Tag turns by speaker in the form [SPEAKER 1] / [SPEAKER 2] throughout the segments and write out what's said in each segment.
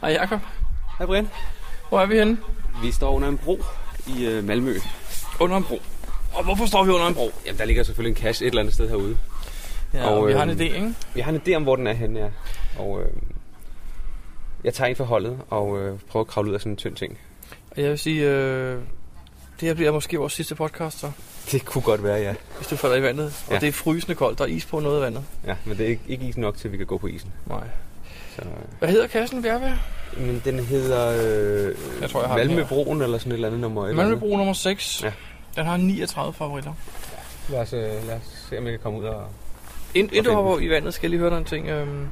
[SPEAKER 1] Hej Jakob.
[SPEAKER 2] Hej Brian.
[SPEAKER 1] Hvor er vi henne?
[SPEAKER 2] Vi står under en bro i øh, Malmø.
[SPEAKER 1] Under en bro. Og hvorfor står vi under en bro?
[SPEAKER 2] Jamen, der ligger selvfølgelig en cache et eller andet sted herude.
[SPEAKER 1] Ja,
[SPEAKER 2] Og,
[SPEAKER 1] og, vi har en
[SPEAKER 2] øhm,
[SPEAKER 1] idé, ikke?
[SPEAKER 2] Jeg har en idé om, hvor den er henne, ja. Og øh, jeg tager en for holdet og øh, prøver at kravle ud af sådan en tynd ting.
[SPEAKER 1] Og jeg vil sige, øh, det her bliver måske vores sidste podcast, så,
[SPEAKER 2] Det kunne godt være, ja.
[SPEAKER 1] hvis du falder i vandet. Og
[SPEAKER 2] Ja.
[SPEAKER 1] det er frysende koldt, der er is på noget af vandet.
[SPEAKER 2] Ja, men det er ikke, ikke isen nok til, at vi kan gå på isen.
[SPEAKER 1] Nej.
[SPEAKER 2] Så, øh.
[SPEAKER 1] Hvad hedder kassen, vi er ved?
[SPEAKER 2] Men den hedder øh,
[SPEAKER 1] Jeg tror, jeg har den her.
[SPEAKER 2] Malmøbroen eller sådan et eller andet nummer. et eller andet.
[SPEAKER 1] Malmøbro nummer 6.
[SPEAKER 2] Ja.
[SPEAKER 1] Ja. Den har 39 favoritter.
[SPEAKER 2] Lad os, øh, lad os se, om jeg kan komme ud og...
[SPEAKER 1] Ind, inden du
[SPEAKER 2] Okay.
[SPEAKER 1] hopper i vandet, skal jeg lige høre dig en ting. Øhm,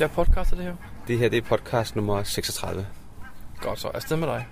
[SPEAKER 1] jeg podcaster det her.
[SPEAKER 2] Det her, det er podcast nummer 36.
[SPEAKER 1] Godt så, afsted med dig.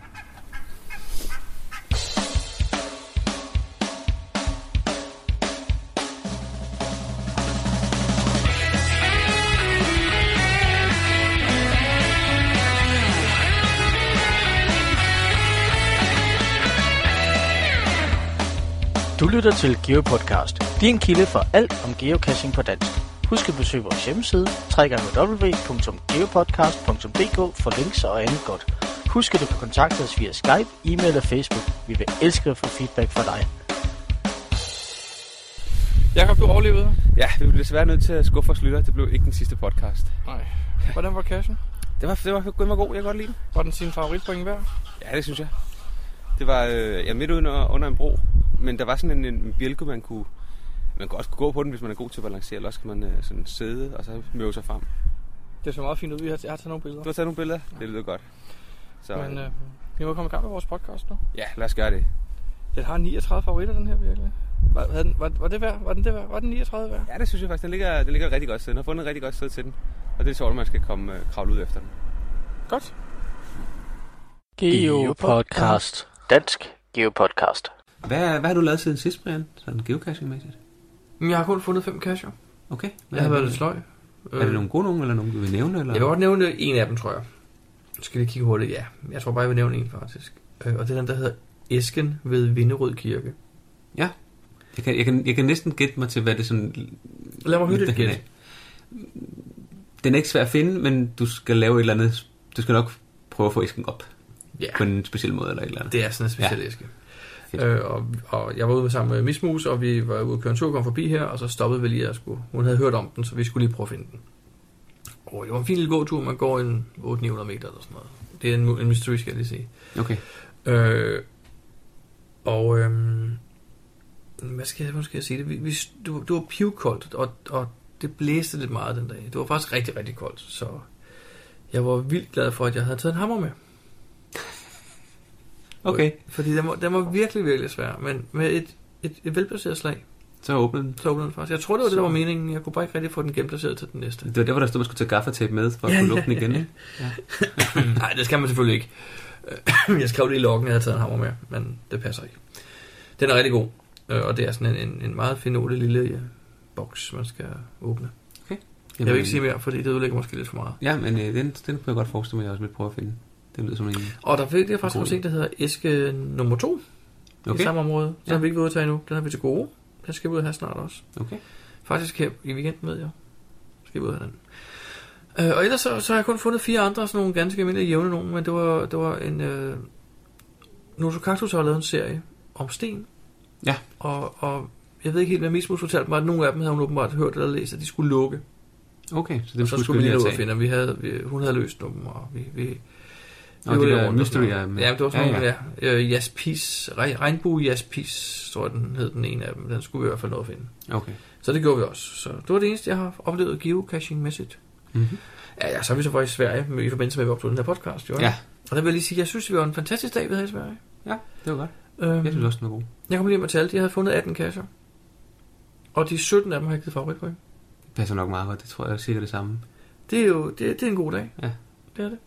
[SPEAKER 3] Du lytter til GeoPodcast, din kilde for alt om geocaching på dansk. Husk at besøge vores hjemmeside www.geopodcast.dk for links og andet godt. Husk at du kan kontakte os via Skype, e-mail og Facebook. Vi vil elske at få feedback fra dig.
[SPEAKER 1] Jakob, du overlevede.
[SPEAKER 2] Ja, vi blev desværre nødt til at skuffe os lytter. Det blev ikke den sidste podcast.
[SPEAKER 1] Nej. Hvordan var kassen?
[SPEAKER 2] Det var, det var, den var god, jeg kan godt lide den.
[SPEAKER 1] Var den sin favoritpoint værd?
[SPEAKER 2] Ja, det synes jeg. Det var øh, ja, midt under, under en bro, men der var sådan en, en bjælke, man kunne... Man kunne også kunne gå på den, hvis man er god til at balancere, eller også kan man øh, sådan sidde og så møve sig frem.
[SPEAKER 1] Det ser meget fint ud. Vi har, jeg har taget nogle
[SPEAKER 2] Du
[SPEAKER 1] billeder.
[SPEAKER 2] har taget nogle billeder, det lyder godt. Så
[SPEAKER 1] Men øh, vi må komme i gang med vores podcast nu.
[SPEAKER 2] ja, lad os gøre det.
[SPEAKER 1] Den har 39 favoritter, den her virkelig. Var, havde den, var, var det værd? Var den det værd? Var den 39 værd?
[SPEAKER 2] Ja, det synes jeg faktisk, den ligger, den ligger et rigtig godt sted. Den har fundet et rigtig godt sted til den. Og det er sjovt, at man skal komme øh, kravle ud efter den.
[SPEAKER 1] Godt.
[SPEAKER 3] GeoPodcast. Dansk GeoPodcast.
[SPEAKER 2] Hvad, hvad har du lavet siden sidst, Brian? Sådan geocaching-mæssigt?
[SPEAKER 1] Men jeg har kun fundet fem kasser.
[SPEAKER 2] Okay.
[SPEAKER 1] Jeg har været lidt sløj. Øh,
[SPEAKER 2] gode nogen, eller nogen, du vil nævne? Eller?
[SPEAKER 1] Jeg vil godt nævne en af dem, tror jeg. Nu skal vi kigge hurtigt. Ja, jeg tror bare, jeg vil nævne en faktisk. Øh, og det er den, der hedder Esken ved Vinderød Kirke.
[SPEAKER 4] Jeg kan, jeg, kan, jeg kan næsten gætte mig til, hvad det sådan...
[SPEAKER 1] Lad mig høre
[SPEAKER 4] lidt
[SPEAKER 1] det
[SPEAKER 4] derhen
[SPEAKER 1] gæt.
[SPEAKER 4] er. Den er ikke svær at finde, men du skal lave et eller andet... Du skal nok prøve at få æsken op
[SPEAKER 1] Ja,
[SPEAKER 4] på en speciel måde eller et eller andet.
[SPEAKER 1] det er sådan en speciel æske.
[SPEAKER 4] Fedt.
[SPEAKER 1] Øh, og, og jeg var ude sammen med Miss Mus, og vi var ude at køre en tur, kom forbi her, og så stoppede vi lige, at skulle. Hun havde hørt om den, så vi skulle lige prøve at finde den. Og det var en fin lille gåtur, man går en 800-900 meter eller sådan noget. Det er en, en mystery, skal jeg lige sige.
[SPEAKER 4] Okay.
[SPEAKER 1] Øh, og øhm, hvad skal jeg, hvordan skal jeg sige det? Vi, vi, det, var, det var pivkoldt, og, og det blæste lidt meget den dag. Det var faktisk rigtig, rigtig koldt, så jeg var vildt glad for, at jeg havde taget en hammer med.
[SPEAKER 4] Okay,
[SPEAKER 1] Fordi den var, den var virkelig, virkelig svær, men med et, et, et velplaceret slag,
[SPEAKER 4] så åbne den.
[SPEAKER 1] så åbnede den faktisk. Jeg tror, det var det,
[SPEAKER 4] Så-
[SPEAKER 1] der var meningen. Jeg kunne bare ikke rigtig få den genplaceret til den næste.
[SPEAKER 4] Det var der, hvor der stod, man skulle tage gaffatape med, for at
[SPEAKER 1] Ja,
[SPEAKER 4] kunne
[SPEAKER 1] ja,
[SPEAKER 4] lukke den igen.
[SPEAKER 1] ja.
[SPEAKER 4] ikke? Hmm.
[SPEAKER 1] Nej, det skal man selvfølgelig ikke. Øh, Jeg skrev lige i loggen, at jeg havde taget en hammer med, men det passer ikke. Den er rigtig god, øh, og det er sådan en, en, en meget finurlig lille ja, boks, man skal åbne. Jeg vil ikke sige mere, fordi det ødelægger måske lidt for meget.
[SPEAKER 4] Ja, men øh, den, den kunne jeg godt forestille mig, at jeg også ville prøve at finde. Det lyder som en...
[SPEAKER 1] Og der fik jeg faktisk
[SPEAKER 4] God
[SPEAKER 1] også en, der hedder æske nummer 2 okay. i
[SPEAKER 4] Okay,
[SPEAKER 1] samme område. Den
[SPEAKER 4] Ja.
[SPEAKER 1] har vi ikke været ude at tage endnu. Den har vi til gode. Den skal vi ud og have snart også.
[SPEAKER 4] okay.
[SPEAKER 1] Faktisk her i weekenden, ved jeg. Skal vi ud af den. Øh, og ellers så, så har jeg kun fundet fire andre, sådan nogle ganske almindelige jævne nogen, men det var, det var en... Øh, Nosocactus har lavet en serie om sten.
[SPEAKER 4] Ja.
[SPEAKER 1] Og, og jeg ved ikke helt, hvad Mismus fortalte mig, at nogle af dem havde hun åbenbart hørt eller læst, at de skulle lukke.
[SPEAKER 4] Okay, så
[SPEAKER 1] og
[SPEAKER 4] det
[SPEAKER 1] så skulle vi lige
[SPEAKER 4] lige
[SPEAKER 1] ud og
[SPEAKER 4] tage.
[SPEAKER 1] finde, og vi havde, vi, hun havde løst dem, og vi... vi
[SPEAKER 4] Nå, de
[SPEAKER 1] lidt
[SPEAKER 4] der
[SPEAKER 1] rundt og sådan
[SPEAKER 4] mysterier
[SPEAKER 1] noget.
[SPEAKER 4] med-
[SPEAKER 1] Ja, men det var sådan
[SPEAKER 4] Ja,
[SPEAKER 1] nogle, ja. Øh, jaspis, re, regnbue jaspis, tror jeg, den hed den ene af dem. Den skulle vi i hvert fald nå at finde.
[SPEAKER 4] Okay.
[SPEAKER 1] Så det gjorde vi også. Så det var det eneste, jeg har oplevet geocaching-mæssigt.
[SPEAKER 4] Mhm.
[SPEAKER 1] Ja, ja, så er vi så faktisk i Sverige med- i forbindelse med, at vi optog den her podcast, jo. ikke?
[SPEAKER 4] Ja.
[SPEAKER 1] Og der vil jeg lige sige, at jeg synes, det var en fantastisk dag, vi havde i Sverige.
[SPEAKER 4] Ja, det var godt.
[SPEAKER 1] Øhm,
[SPEAKER 4] Jeg synes også, den var god.
[SPEAKER 1] jeg kom lige med tal, de havde fundet 18 kasser. Og de 17 af dem har jeg givet favoritpoint.
[SPEAKER 4] Det passer nok meget godt. Det tror jeg er sikkert det samme.
[SPEAKER 1] Det er jo det, det er en god dag.
[SPEAKER 4] Ja.
[SPEAKER 1] Det er det.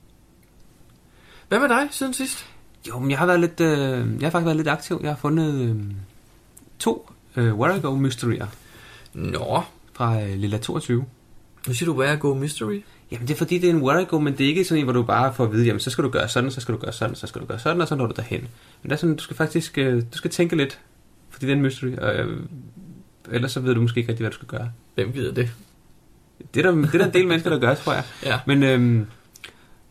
[SPEAKER 1] Hvad med dig siden sidst?
[SPEAKER 4] Jo, men jeg har været lidt, øh, jeg har faktisk været lidt aktiv. Jeg har fundet øh, to øh, Where I Go mysterier
[SPEAKER 1] Nå,
[SPEAKER 4] fra øh, Lilla 22.
[SPEAKER 1] nu siger du, hvad er Go Mystery?
[SPEAKER 4] Jamen det er fordi, det er en Where I Go, men det er ikke sådan en, hvor du bare får at vide, jamen så skal du gøre sådan, så skal du gøre sådan, så skal du gøre sådan, og så når du derhen. Men det er sådan, du skal faktisk, øh, du skal tænke lidt, fordi det er en mystery, og øh, ellers så ved du måske ikke rigtig, hvad du skal gøre.
[SPEAKER 1] Hvem gider det?
[SPEAKER 4] Det er der, det er der en del mennesker, der gør, tror jeg.
[SPEAKER 1] Ja.
[SPEAKER 4] Men øhm, det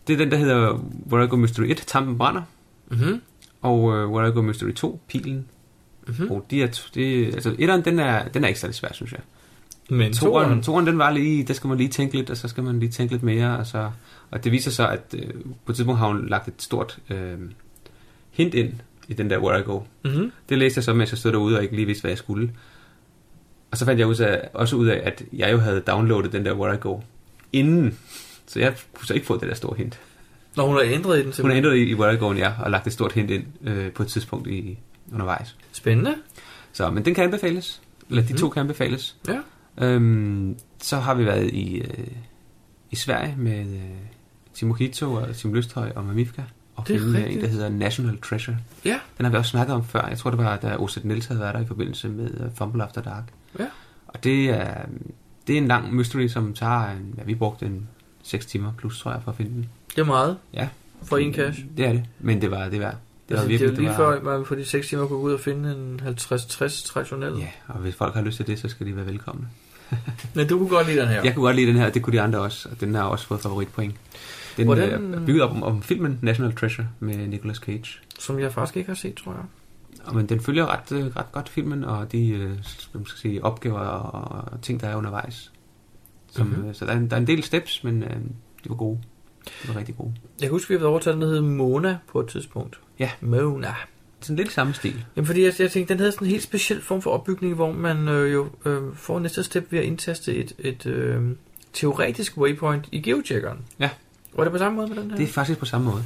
[SPEAKER 4] Det er den, der hedder Where I Go Mystery 1, Tampen Brænder,
[SPEAKER 1] Mm-hmm.
[SPEAKER 4] og uh, Where I Go Mystery 2, Pilen.
[SPEAKER 1] Mm-hmm.
[SPEAKER 4] Og de er, t- de, altså, etteren, den er, den er ikke særlig svær, synes jeg.
[SPEAKER 1] Men
[SPEAKER 4] Toren,
[SPEAKER 1] toeren,
[SPEAKER 4] toren, den var lige, der skal man lige tænke lidt, og så skal man lige tænke lidt mere, og, så, og det viser sig, at øh, på et tidspunkt har hun lagt et stort øh, hint ind i den der Where I Go.
[SPEAKER 1] mm-hmm.
[SPEAKER 4] Det læste jeg så, mens jeg stod derude og ikke lige vidste, hvad jeg skulle. Og så fandt jeg ud af, også ud af, at jeg jo havde downloadet den der Where I Go inden, så jeg kunne så ikke få det der store hint.
[SPEAKER 1] Når hun har ændret i den
[SPEAKER 4] Hun har
[SPEAKER 1] simpelthen.
[SPEAKER 4] ændret i, i Where I Go'en, ja, og lagt et stort hint ind øh, på et tidspunkt i, undervejs.
[SPEAKER 1] Spændende.
[SPEAKER 4] Så, men den kan anbefales. Eller de to
[SPEAKER 1] Mhm.
[SPEAKER 4] kan anbefales.
[SPEAKER 1] Ja.
[SPEAKER 4] Øhm, så har vi været i, øh, i Sverige med øh, Timo Hito og Tim Løsthøj og Mamifka. Og
[SPEAKER 1] Det er
[SPEAKER 4] filmen af en,
[SPEAKER 1] rigtigt.
[SPEAKER 4] der hedder National Treasure.
[SPEAKER 1] Ja.
[SPEAKER 4] Den har vi også snakket om før. Jeg tror, det var, da O.Z. Niels havde været der i forbindelse med øh, Fumble After Dark.
[SPEAKER 1] Ja.
[SPEAKER 4] Og det er, det er en lang mystery, som tager... En, ja, vi brugte en 6 timer plus, tror jeg, for at finde den.
[SPEAKER 1] Det er meget.
[SPEAKER 4] Ja.
[SPEAKER 1] For en cash.
[SPEAKER 4] Det er det. Men det var det værd. Det var
[SPEAKER 1] altså,
[SPEAKER 4] virkelig,
[SPEAKER 1] det er jo lige før, man for de 6 timer kunne gå ud og finde en 50-60 traditionel.
[SPEAKER 4] Ja, og hvis folk har lyst til det, så skal de være velkomne.
[SPEAKER 1] Men du kunne godt lide den her.
[SPEAKER 4] Jeg kunne godt lide den her, og det kunne de andre også, og den har også fået favoritpoint. Den
[SPEAKER 1] Hvordan-
[SPEAKER 4] Hvordan? er bygget op om, om filmen National Treasure med Nicolas Cage.
[SPEAKER 1] Som jeg faktisk ikke har set, tror jeg.
[SPEAKER 4] Og men den følger ret, øh, ret godt filmen, og de øh, hvad man skal sige, opgaver og, og ting, der er undervejs. Som,
[SPEAKER 1] Mhm.
[SPEAKER 4] mm-hmm. øh, så der er, en, der er en del steps, men øh, de var gode. De var rigtig gode.
[SPEAKER 1] Jeg kan huske, vi har været over til den, der hed Mona på et tidspunkt.
[SPEAKER 4] Ja.
[SPEAKER 1] Mona.
[SPEAKER 4] Sådan lidt samme stil.
[SPEAKER 1] Jamen fordi jeg, jeg tænkte, den havde sådan en helt speciel form for opbygning, hvor man øh, jo øh, får næste step ved at indtaste et, et øh, teoretisk waypoint i geocheckeren.
[SPEAKER 4] Ja.
[SPEAKER 1] Var det på samme måde med den her?
[SPEAKER 4] Det er faktisk på samme måde.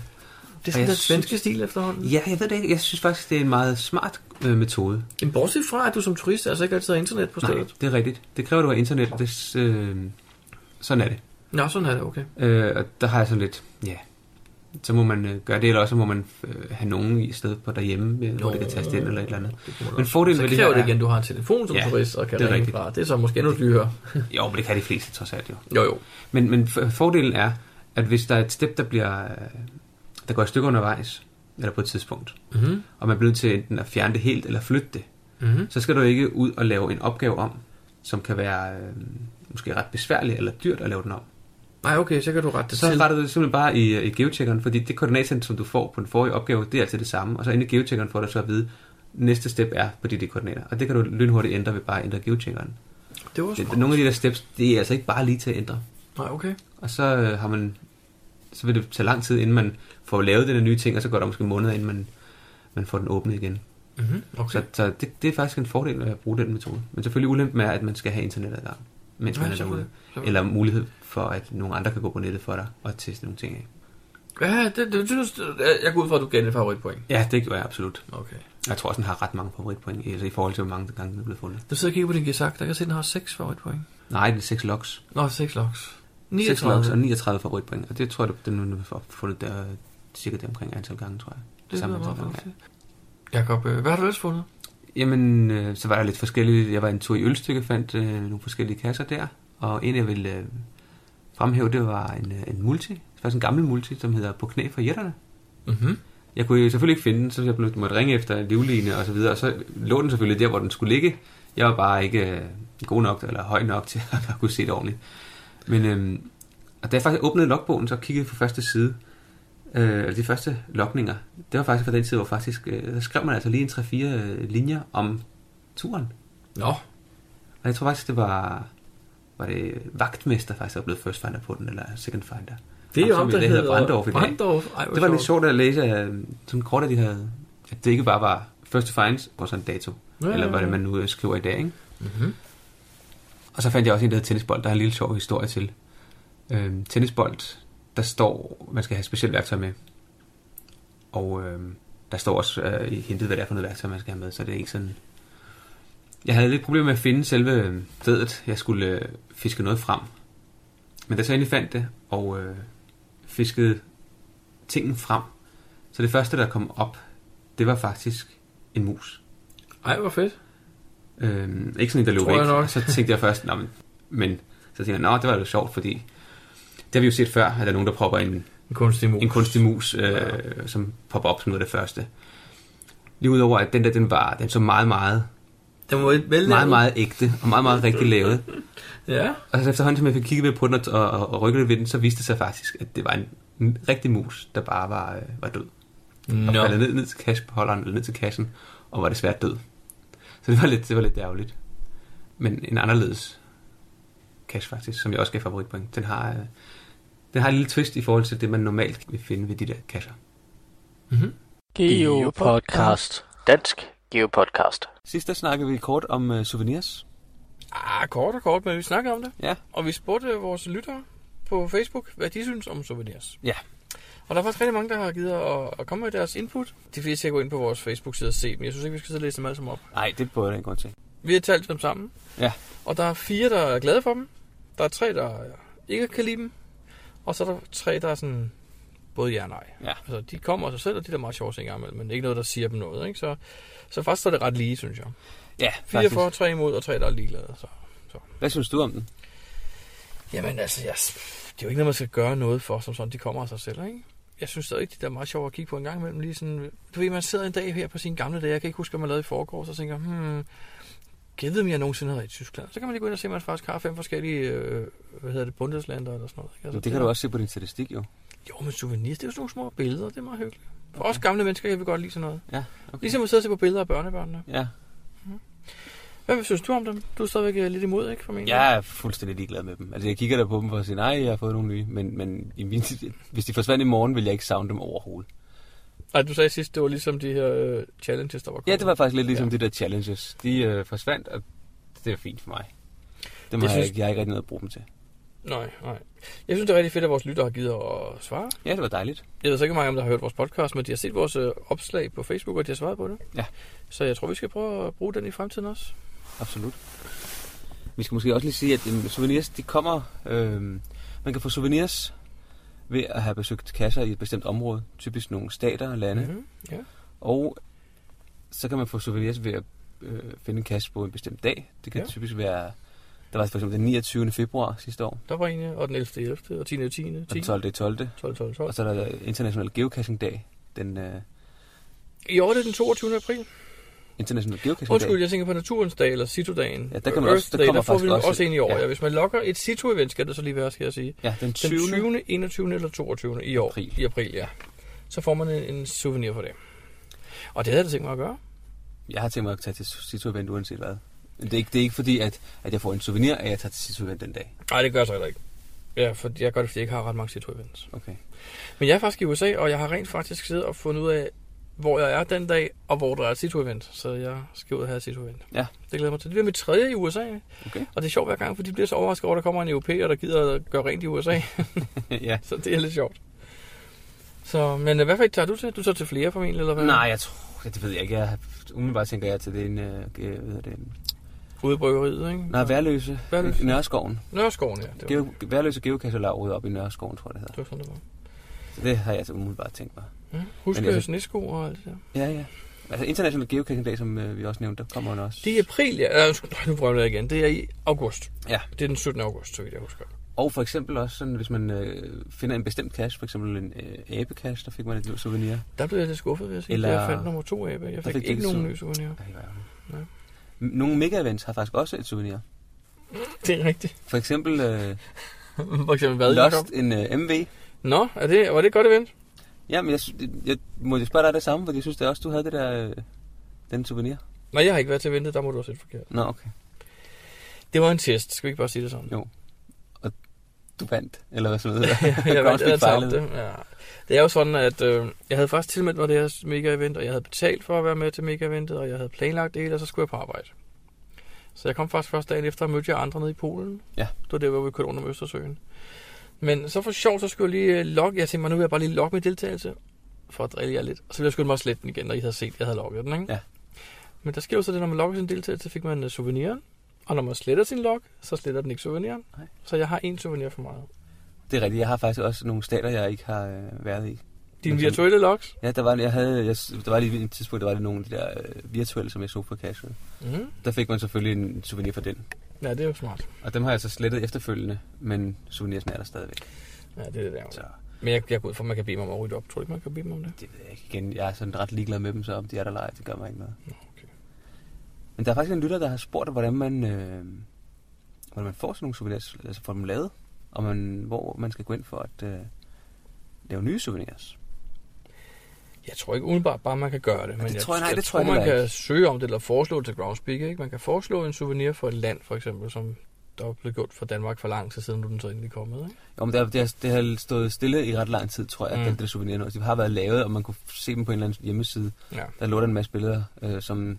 [SPEAKER 1] det er
[SPEAKER 4] og
[SPEAKER 1] sådan
[SPEAKER 4] jeg
[SPEAKER 1] den svenske stil efterhånden.
[SPEAKER 4] Ja, jeg ved det ikke. Jeg synes faktisk, det er en meget smart øh, metode.
[SPEAKER 1] Jamen, bortset fra, at du som turist altså ikke altid har internet på
[SPEAKER 4] Nej,
[SPEAKER 1] stedet.
[SPEAKER 4] det er rigtigt. Det kræver, at du har internet. Det, øh, sådan er det.
[SPEAKER 1] Nå, sådan er det, okay.
[SPEAKER 4] Øh, og der har jeg sådan lidt, ja, så må man øh, gøre det, eller også må man øh, have nogen i stedet på derhjemme, øh, hvor det kan taste ind eller et eller andet.
[SPEAKER 1] Det kunne man
[SPEAKER 4] Men
[SPEAKER 1] godt.
[SPEAKER 4] fordelen
[SPEAKER 1] så
[SPEAKER 4] ved
[SPEAKER 1] det
[SPEAKER 4] det
[SPEAKER 1] kræver det
[SPEAKER 4] her er-
[SPEAKER 1] igen, du har en telefon som
[SPEAKER 4] Ja,
[SPEAKER 1] turist og kan
[SPEAKER 4] det er
[SPEAKER 1] ringe
[SPEAKER 4] rigtigt.
[SPEAKER 1] fra. Det er så måske endnu dyrere.
[SPEAKER 4] Jo, men det kan de fleste trods alt jo.
[SPEAKER 1] Jo, jo.
[SPEAKER 4] Men, men f- fordelen er, at hvis der er et step, der bliver, øh, der går i stykker undervejs, eller på et tidspunkt,
[SPEAKER 1] Mm-hmm.
[SPEAKER 4] og man bliver nødt til enten at fjerne det helt eller flytte det,
[SPEAKER 1] Mm-hmm.
[SPEAKER 4] så skal du ikke ud og lave en opgave om, som kan være øh, måske ret besværlig eller dyrt at lave den om.
[SPEAKER 1] Nej, okay, så kan du rette det
[SPEAKER 4] Så
[SPEAKER 1] til.
[SPEAKER 4] retter du simpelthen bare i, i geocheckeren, fordi det koordinatcenter, som du får på den forrige opgave, det er altid det samme. Og så inde i geocheckeren får du så at vide, næste step er på de, de koordinater. Og det kan du lynhurtigt ændre ved bare at ændre geocheckeren.
[SPEAKER 1] Det var
[SPEAKER 4] Det,
[SPEAKER 1] smart.
[SPEAKER 4] nogle af de der steps, det er altså ikke bare lige til at ændre.
[SPEAKER 1] Nej, okay.
[SPEAKER 4] Og så øh, har man så vil det tage lang tid, inden man får lavet den her nye ting, og så går der måske måneder, inden man, man får den åbnet igen.
[SPEAKER 1] Mm-hmm.
[SPEAKER 4] Okay.
[SPEAKER 1] okay.
[SPEAKER 4] Så, så det, det, er faktisk en fordel ved at bruge den metode. Men selvfølgelig ulempen er, at man skal have internetadgang, mens man
[SPEAKER 1] Ja,
[SPEAKER 4] er derude.
[SPEAKER 1] selvfølgelig. Selvfølgelig.
[SPEAKER 4] Eller mulighed for, at nogle andre kan gå på nettet for dig og teste nogle ting af.
[SPEAKER 1] Ja, det, det synes jeg, jeg går ud fra, at du gav det favoritpoint.
[SPEAKER 4] Ja, det gjorde jeg absolut.
[SPEAKER 1] Okay.
[SPEAKER 4] Jeg tror også, den har ret mange favoritpoint, altså i forhold til, hvor mange gange den er blevet fundet.
[SPEAKER 1] Du sidder og kigger på din gesak, der kan jeg se, at den har 6 favoritpoint.
[SPEAKER 4] Nej, det er 6 loks.
[SPEAKER 1] Nå, 6 logs.
[SPEAKER 4] 6 loks
[SPEAKER 1] 39.
[SPEAKER 4] og 39 favoritpoint. Og det tror jeg, den er fundet der, øh, cirka det omkring antal gange, tror jeg.
[SPEAKER 1] Det er
[SPEAKER 4] Samme
[SPEAKER 1] meget
[SPEAKER 4] antal gange,
[SPEAKER 1] fornuftigt. Jakob, øh, hvad har du ellers fundet?
[SPEAKER 4] Jamen, øh, så var jeg lidt forskellige. Jeg var en tur i Ølstykke, fandt øh, nogle forskellige kasser der. Og en, jeg ville øh, fremhæve, det var en, øh, en multi. Det var faktisk en gammel multi, som hedder På knæ for jætterne.
[SPEAKER 1] Mm-hmm.
[SPEAKER 4] Jeg kunne jo selvfølgelig ikke finde den, så jeg blev, måtte ringe efter en livline og så videre, og så lå den selvfølgelig der, hvor den skulle ligge. Jeg var bare ikke øh, god nok, eller høj nok til at kunne se det ordentligt. Men øhm, og da jeg faktisk åbnede logbogen, så kiggede jeg på første side, øh, eller de første logninger, det var faktisk fra den tid, hvor faktisk, øh, der skrev man altså lige en 3-4 øh, linjer om turen.
[SPEAKER 1] Nå,
[SPEAKER 4] Og jeg tror faktisk, det var, var det vagtmester faktisk, der blev first finder på den, eller second finder.
[SPEAKER 1] det er jo
[SPEAKER 4] som
[SPEAKER 1] ham,
[SPEAKER 4] i
[SPEAKER 1] der
[SPEAKER 4] dag
[SPEAKER 1] hedder
[SPEAKER 4] Brandorf i dag.
[SPEAKER 1] Brandorf. Ej, hvor
[SPEAKER 4] Det var lidt sjovt at læse øh, sådan kort, at de havde, at det ikke bare var first to finds og så en dato,
[SPEAKER 1] Ja,
[SPEAKER 4] ja, eller
[SPEAKER 1] ja,
[SPEAKER 4] hvad det
[SPEAKER 1] ja.
[SPEAKER 4] man nu øh, skriver i dag. Ikke?
[SPEAKER 1] Mhm.
[SPEAKER 4] Og så fandt jeg også en, der hedder tennisbold, der har en lille sjov historie til. Øh, tennisbold, der står, man skal have specielt værktøj med. Og øh, der står også øh, i hintet, hvad det er for noget værktøj, man skal have med, så det er ikke sådan... Jeg havde lidt problemer med at finde selve øh, stedet, jeg skulle øh, fiske noget frem. Men da jeg så endelig fandt det, og øh, fiskede tingen frem, så det første, der kom op, det var faktisk en mus.
[SPEAKER 1] Ej, hvor fedt.
[SPEAKER 4] Øhm, ikke sådan en, der løb
[SPEAKER 1] Tror jeg
[SPEAKER 4] væk.
[SPEAKER 1] nok.
[SPEAKER 4] Og så tænkte jeg først, Nå, men, men så tænkte jeg, Nå, det var jo sjovt, fordi det har vi jo set før, at der er nogen, der propper en,
[SPEAKER 1] En kunstig mus.
[SPEAKER 4] en kunstig mus, øh,
[SPEAKER 1] Ja.
[SPEAKER 4] som popper op som noget af det første. Lige udover, at den der, den var den så meget, meget,
[SPEAKER 1] Den var et vel
[SPEAKER 4] meget, meget ægte og meget, meget rigtig lavet.
[SPEAKER 1] Ja,
[SPEAKER 4] Og så efterhånden, som jeg fik kigget ved på den og, og, og rykket lidt ved den, så viste det sig faktisk, at det var en en rigtig mus, der bare var, øh, var død. Og
[SPEAKER 1] Nå.
[SPEAKER 4] faldet ned, ned til kassebeholderen, eller ned til kassen, og var desværre død. Så det var lidt, det var lidt ærgerligt. Men en anderledes cash faktisk, som jeg også gav favoritpoint, den har, øh, den har en lille twist i forhold til det, man normalt vil finde ved de der kasser.
[SPEAKER 1] Mm-hmm.
[SPEAKER 3] Geopodcast. Dansk Geopodcast.
[SPEAKER 4] Sidst der snakkede vi kort om øh, souvenirs.
[SPEAKER 1] Ah, kort og kort, men vi snakker om det.
[SPEAKER 4] Ja.
[SPEAKER 1] Og vi spurgte øh, vores lyttere på Facebook, hvad de synes om souvenirs.
[SPEAKER 4] Ja.
[SPEAKER 1] Og der er faktisk rigtig mange, der har givet at, at komme med deres input. De fleste kan gå ind på vores Facebook-side og se dem. Jeg synes ikke, vi skal sidde og læse dem alle sammen op.
[SPEAKER 4] Nej, det prøver jeg ikke godt til.
[SPEAKER 1] Vi har talt dem sammen.
[SPEAKER 4] Ja.
[SPEAKER 1] Og der er fire, der er glade for dem. Der er tre, der ikke kan lide dem. Og så er der tre, der er sådan både ja og nej.
[SPEAKER 4] Ja.
[SPEAKER 1] Altså, de kommer af sig selv, og de er da meget sjove ting engang imellem, men det er ikke noget, der siger dem noget. Ikke? Så, så faktisk så er det ret lige, synes jeg.
[SPEAKER 4] Ja,
[SPEAKER 1] Fire for, tre imod, og tre, der er ligeglade. Så.
[SPEAKER 4] Hvad synes du om den?
[SPEAKER 1] Jamen altså, jeg, det er jo ikke noget, man skal gøre noget for, som sådan, de kommer af sig selv, ikke? Jeg synes stadig, det er meget sjovt at kigge på en gang imellem. Lige sådan, du ved, man sidder en dag her på sine gamle dage, jeg kan ikke huske, hvad man lavede i forgårs, og tænker, hmm, gævede om jeg nogensinde har været i Tyskland. Så kan man lige gå ind og se, at man faktisk har fem forskellige, øh, hvad hedder det, bundeslander eller sådan noget. Ikke?
[SPEAKER 4] det kan
[SPEAKER 1] er-
[SPEAKER 4] du også se på din statistik jo.
[SPEAKER 1] Jo, men souvenirs, det er jo sådan nogle små billeder, det er meget hyggeligt. For os gamle mennesker kan vi godt lide sådan noget.
[SPEAKER 4] Ja, okay.
[SPEAKER 1] Ligesom at sidde og se på billeder af børnebørnene.
[SPEAKER 4] Ja.
[SPEAKER 1] Hvad synes du om dem? Du er stadigvæk øh, lidt imod, ikke? Formentlig.
[SPEAKER 4] Jeg er fuldstændig ligeglad med dem. Altså, jeg kigger der på dem for at sige, nej, jeg har fået nogle nye, men, men i min, hvis de forsvandt i morgen, ville jeg ikke savne dem overhovedet.
[SPEAKER 1] Ej, du sagde sidst, det var ligesom de her øh, challenges, der var kommet.
[SPEAKER 4] Ja, det var faktisk lidt ligesom ja. de der challenges. De øh, forsvandt, og det er fint for mig. Dem
[SPEAKER 1] Det
[SPEAKER 4] har jeg,
[SPEAKER 1] synes-
[SPEAKER 4] ikke, jeg har ikke rigtig noget at bruge dem til.
[SPEAKER 1] Nej, nej. Jeg synes, det er rigtig fedt, at vores lytter har givet at svare.
[SPEAKER 4] Ja, det var dejligt.
[SPEAKER 1] Jeg ved så ikke, hvor mange af dem, der har hørt vores podcast, men de har set vores øh, opslag på Facebook, og de har svaret på det.
[SPEAKER 4] Ja.
[SPEAKER 1] Så jeg tror, vi skal prøve at bruge den i fremtiden også.
[SPEAKER 4] Absolut. Vi skal måske også lige sige, at øhm, souvenirs, de kommer... Øhm, man kan få souvenirs ved at have besøgt kasser i et bestemt område. Typisk nogle stater og lande.
[SPEAKER 1] Mm-hmm. Ja.
[SPEAKER 4] Og så kan man få souvenirs ved at øh, finde en kasse på en bestemt dag. Det kan
[SPEAKER 1] Ja.
[SPEAKER 4] ja. typisk være, der var for eksempel den 29. februar sidste år,
[SPEAKER 1] Der var en, ja, og den 11. 11. og 10. 10. 10.
[SPEAKER 4] og den 12. 12.
[SPEAKER 1] 12, 12, 12.
[SPEAKER 4] Og så er der International Geocaching Dag, den øh,
[SPEAKER 1] I år er det den 22. april.
[SPEAKER 4] International Geocaching
[SPEAKER 1] Undskyld,
[SPEAKER 4] Dag.
[SPEAKER 1] jeg tænker på Naturens Dag eller Situ-dagen.
[SPEAKER 4] Ja, der kan man
[SPEAKER 1] Earth
[SPEAKER 4] også- der
[SPEAKER 1] Day,
[SPEAKER 4] kommer
[SPEAKER 1] der får vi
[SPEAKER 4] faktisk
[SPEAKER 1] også,
[SPEAKER 4] også-
[SPEAKER 1] en i år. Ja.
[SPEAKER 4] ja.
[SPEAKER 1] ja. hvis man logger et Situ-event, skal det så lige være, skal jeg sige.
[SPEAKER 4] Ja, den 20.
[SPEAKER 1] Den 20., 21. eller 22. i år.
[SPEAKER 4] April.
[SPEAKER 1] I april, ja. Så får man en, en souvenir for det. Og det havde jeg da tænkt mig at gøre.
[SPEAKER 4] Jeg har tænkt mig at tage til Situ Event uanset hvad. Men det er ikke, det er ikke fordi, at, at jeg får en souvenir, at jeg tager til Situ Event den dag.
[SPEAKER 1] Nej, det gør jeg så heller ikke. Ja, for jeg gør det, fordi jeg ikke har ret mange Citroën-events.
[SPEAKER 4] Okay.
[SPEAKER 1] Men jeg er faktisk i USA, og jeg har rent faktisk siddet og fundet ud af, hvor jeg er den dag, og hvor der er et Citroën-event. Så jeg skal ud og have et Citroën.
[SPEAKER 4] Ja.
[SPEAKER 1] Det glæder jeg mig til. Det bliver mit tredje i USA,
[SPEAKER 4] Okay.
[SPEAKER 1] og det er sjovt hver gang, fordi de bliver så overrasket over, at der kommer en europæer, der gider at gøre rent i USA.
[SPEAKER 4] ja.
[SPEAKER 1] så det er lidt sjovt. Så, men øh, hvad for et tager du til? Du tager til flere formentlig, eller hvad?
[SPEAKER 4] Nej, jeg tror, det ved jeg ikke. Jeg, har- umiddelbart tænker jeg til det en, øh, ge- hvad hedder det, en-
[SPEAKER 1] Ude i bryggeriet, ikke?
[SPEAKER 4] Nej, Værløse.
[SPEAKER 1] Værløse.
[SPEAKER 4] I Nørreskoven.
[SPEAKER 1] Nørreskoven, ja. Det var,
[SPEAKER 4] Geo, Værløse Geokasselavret op i Nørreskoven, tror jeg, det hedder.
[SPEAKER 1] det var sådan, det var.
[SPEAKER 4] Så det har jeg altså umiddelbart tænkt mig.
[SPEAKER 1] Ja. Husk
[SPEAKER 4] Men jeg
[SPEAKER 1] øh,
[SPEAKER 4] synes-
[SPEAKER 1] snesko og alt det der.
[SPEAKER 4] Ja, ja. Altså International Geocaching Dag, som øh, vi også nævnte, der kommer den også.
[SPEAKER 1] Det er i april, ja. Øh, undskyld, Nej, nu prøver jeg igen. Det er i august.
[SPEAKER 4] Ja.
[SPEAKER 1] Det er den 17. august, så vidt jeg husker.
[SPEAKER 4] Og for eksempel også, sådan, hvis man øh, finder en bestemt cache, for eksempel en øh, abekasse, der fik man et lille souvenir.
[SPEAKER 1] Der blev jeg lidt skuffet, vil jeg sige.
[SPEAKER 4] Eller-
[SPEAKER 1] Eller... Jeg fandt nummer to abe. Jeg fik,
[SPEAKER 4] fik
[SPEAKER 1] fik
[SPEAKER 4] de
[SPEAKER 1] ikke
[SPEAKER 4] ikke
[SPEAKER 1] nogen
[SPEAKER 4] så-
[SPEAKER 1] nye souvenirer.
[SPEAKER 4] Ej, hvor er det.
[SPEAKER 1] Ja.
[SPEAKER 4] M- Nogle mega-events har faktisk også et souvenir.
[SPEAKER 1] Det er rigtigt.
[SPEAKER 4] For eksempel øh,
[SPEAKER 1] For eksempel hvad, Jacob?
[SPEAKER 4] Lost en øh, MV.
[SPEAKER 1] Nå, er det, var det et godt event?
[SPEAKER 4] Jamen, jeg, sy- jeg, må jeg spørge dig det samme, for jeg synes det også, du havde det der, øh, den souvenir.
[SPEAKER 1] Nej, jeg har ikke været til eventet, der må du have set forkert.
[SPEAKER 4] Nå, okay.
[SPEAKER 1] Det var en test, skal vi ikke bare sige det sådan?
[SPEAKER 4] Jo. Du vandt, eller hvad så hedder.
[SPEAKER 1] jeg
[SPEAKER 4] Groundspeak
[SPEAKER 1] vandt, jeg havde tabt
[SPEAKER 4] fejlede.
[SPEAKER 1] det. Ja. Det er jo sådan, at øh, jeg havde faktisk tilmeldt mig det her mega-event, og jeg havde betalt for at være med til mega-eventet, og jeg havde planlagt det hele, og så skulle jeg på arbejde. Så jeg kom faktisk først dagen efter og mødte jeg andre nede i Polen.
[SPEAKER 4] Ja.
[SPEAKER 1] Det var der, hvor vi kørte rundt om Østersøen. Men så for sjov, så skulle jeg lige øh, logge. Jeg tænkte mig, nu vil jeg bare lige logge min deltagelse, for at drille jer lidt. Og så ville jeg skynde mig at slette den igen, når I havde set, at jeg havde logget den. Ikke?
[SPEAKER 4] Ja.
[SPEAKER 1] Men der sker jo så det, når man logger sin deltagelse, fik man øh, souveniren. Og når man sletter sin log, så sletter den ikke souveniren.
[SPEAKER 4] Nej.
[SPEAKER 1] Så jeg har en souvenir for meget.
[SPEAKER 4] Det er rigtigt. Jeg har faktisk også nogle stater, jeg ikke har øh, været i.
[SPEAKER 1] Dine
[SPEAKER 4] Men så-
[SPEAKER 1] virtuelle logs?
[SPEAKER 4] Ja, der var, jeg havde, jeg, der var lige et tidspunkt, der var lige nogle af de der øh, virtuelle, som jeg så på kassen.
[SPEAKER 1] Mm.
[SPEAKER 4] Der fik man selvfølgelig en souvenir for den.
[SPEAKER 1] Ja, det er jo smart.
[SPEAKER 4] Og dem har jeg så slettet efterfølgende, men souvenirsen er der stadigvæk.
[SPEAKER 1] Ja, det er det der.
[SPEAKER 4] Så
[SPEAKER 1] Men jeg, jeg går ud for, at man kan bede mig om at rydde op. Tror du ikke, man kan bede mig om det?
[SPEAKER 4] det ved jeg ikke igen. Jeg er sådan ret ligeglad med dem, så om de er der eller ej, det gør mig ikke noget.
[SPEAKER 1] okay.
[SPEAKER 4] Men der er faktisk en lytter, der har spurgt, hvordan man, øh, hvordan man får sådan nogle souvenirs, altså får dem lavet, og man, hvor man skal gå ind for at, øh, lave nye souvenirs.
[SPEAKER 1] Jeg tror ikke umiddelbart bare, man kan gøre det. Men
[SPEAKER 4] det
[SPEAKER 1] jeg,
[SPEAKER 4] tror jeg- nej,
[SPEAKER 1] jeg
[SPEAKER 4] det tror
[SPEAKER 1] tror,
[SPEAKER 4] jeg
[SPEAKER 1] man
[SPEAKER 4] heller
[SPEAKER 1] kan
[SPEAKER 4] ikke.
[SPEAKER 1] søge om det, eller foreslå det til Groundspeak. Ikke? Man kan foreslå en souvenir for et land, for eksempel, som der er blevet gjort for Danmark for lang tid siden, nu er den så endelig kommet. Ikke?
[SPEAKER 4] Jo, men det, har, det, har, det har stået stille i ret lang tid, tror jeg, mm.
[SPEAKER 1] Mm.
[SPEAKER 4] at den der souvenir De har været lavet, og man kunne se dem på en eller anden hjemmeside.
[SPEAKER 1] Ja.
[SPEAKER 4] Der lå der en masse billeder, øh, som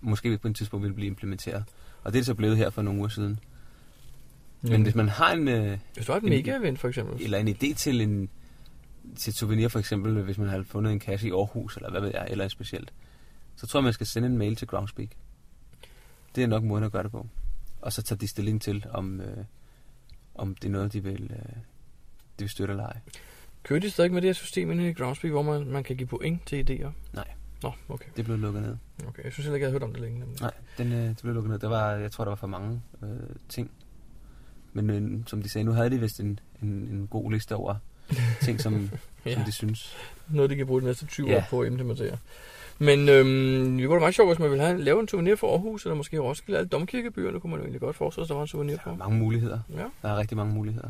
[SPEAKER 4] måske på et tidspunkt ville blive implementeret. Og det er det så blevet her for nogle uger siden. Mm. Men hvis man har en, øh,
[SPEAKER 1] Hvis du har et
[SPEAKER 4] Jamen,
[SPEAKER 1] mega-event, for eksempel.
[SPEAKER 4] eller en idé til en til et souvenir, for eksempel, hvis man har fundet en kasse i Aarhus, eller hvad ved jeg, eller specielt, så tror jeg, man skal sende en mail til Groundspeak. Det er nok måden at gøre det på. Og så tager de stilling til, om, øh, om det er noget, de vil, øh, de vil støtte eller ej.
[SPEAKER 1] Kører de stadig med det her system inde i Groundspeak, hvor man, man kan give point til idéer?
[SPEAKER 4] Nej.
[SPEAKER 1] Nå, okay.
[SPEAKER 4] Det er blevet lukket ned.
[SPEAKER 1] okay. Jeg synes heller ikke, jeg har hørt om det længe. Nemlig.
[SPEAKER 4] Nej, den, øh, det blev lukket ned. Der var, jeg tror, der var for mange øh, ting. Men øh, som de sagde, nu havde de vist en, en, en god liste over ting, som, ja. som
[SPEAKER 1] Ja.
[SPEAKER 4] de synes.
[SPEAKER 1] Noget, de kan bruge de næste 20
[SPEAKER 4] Ja.
[SPEAKER 1] år på at implementere. Men øhm, det kunne være meget sjovt, hvis man ville have, lave en souvenir for Aarhus, eller måske Roskilde. Alle domkirkebyerne kunne man jo egentlig godt forestille sig, der var en souvenir
[SPEAKER 4] Der er
[SPEAKER 1] for.
[SPEAKER 4] mange muligheder.
[SPEAKER 1] Ja.
[SPEAKER 4] Der er rigtig mange muligheder.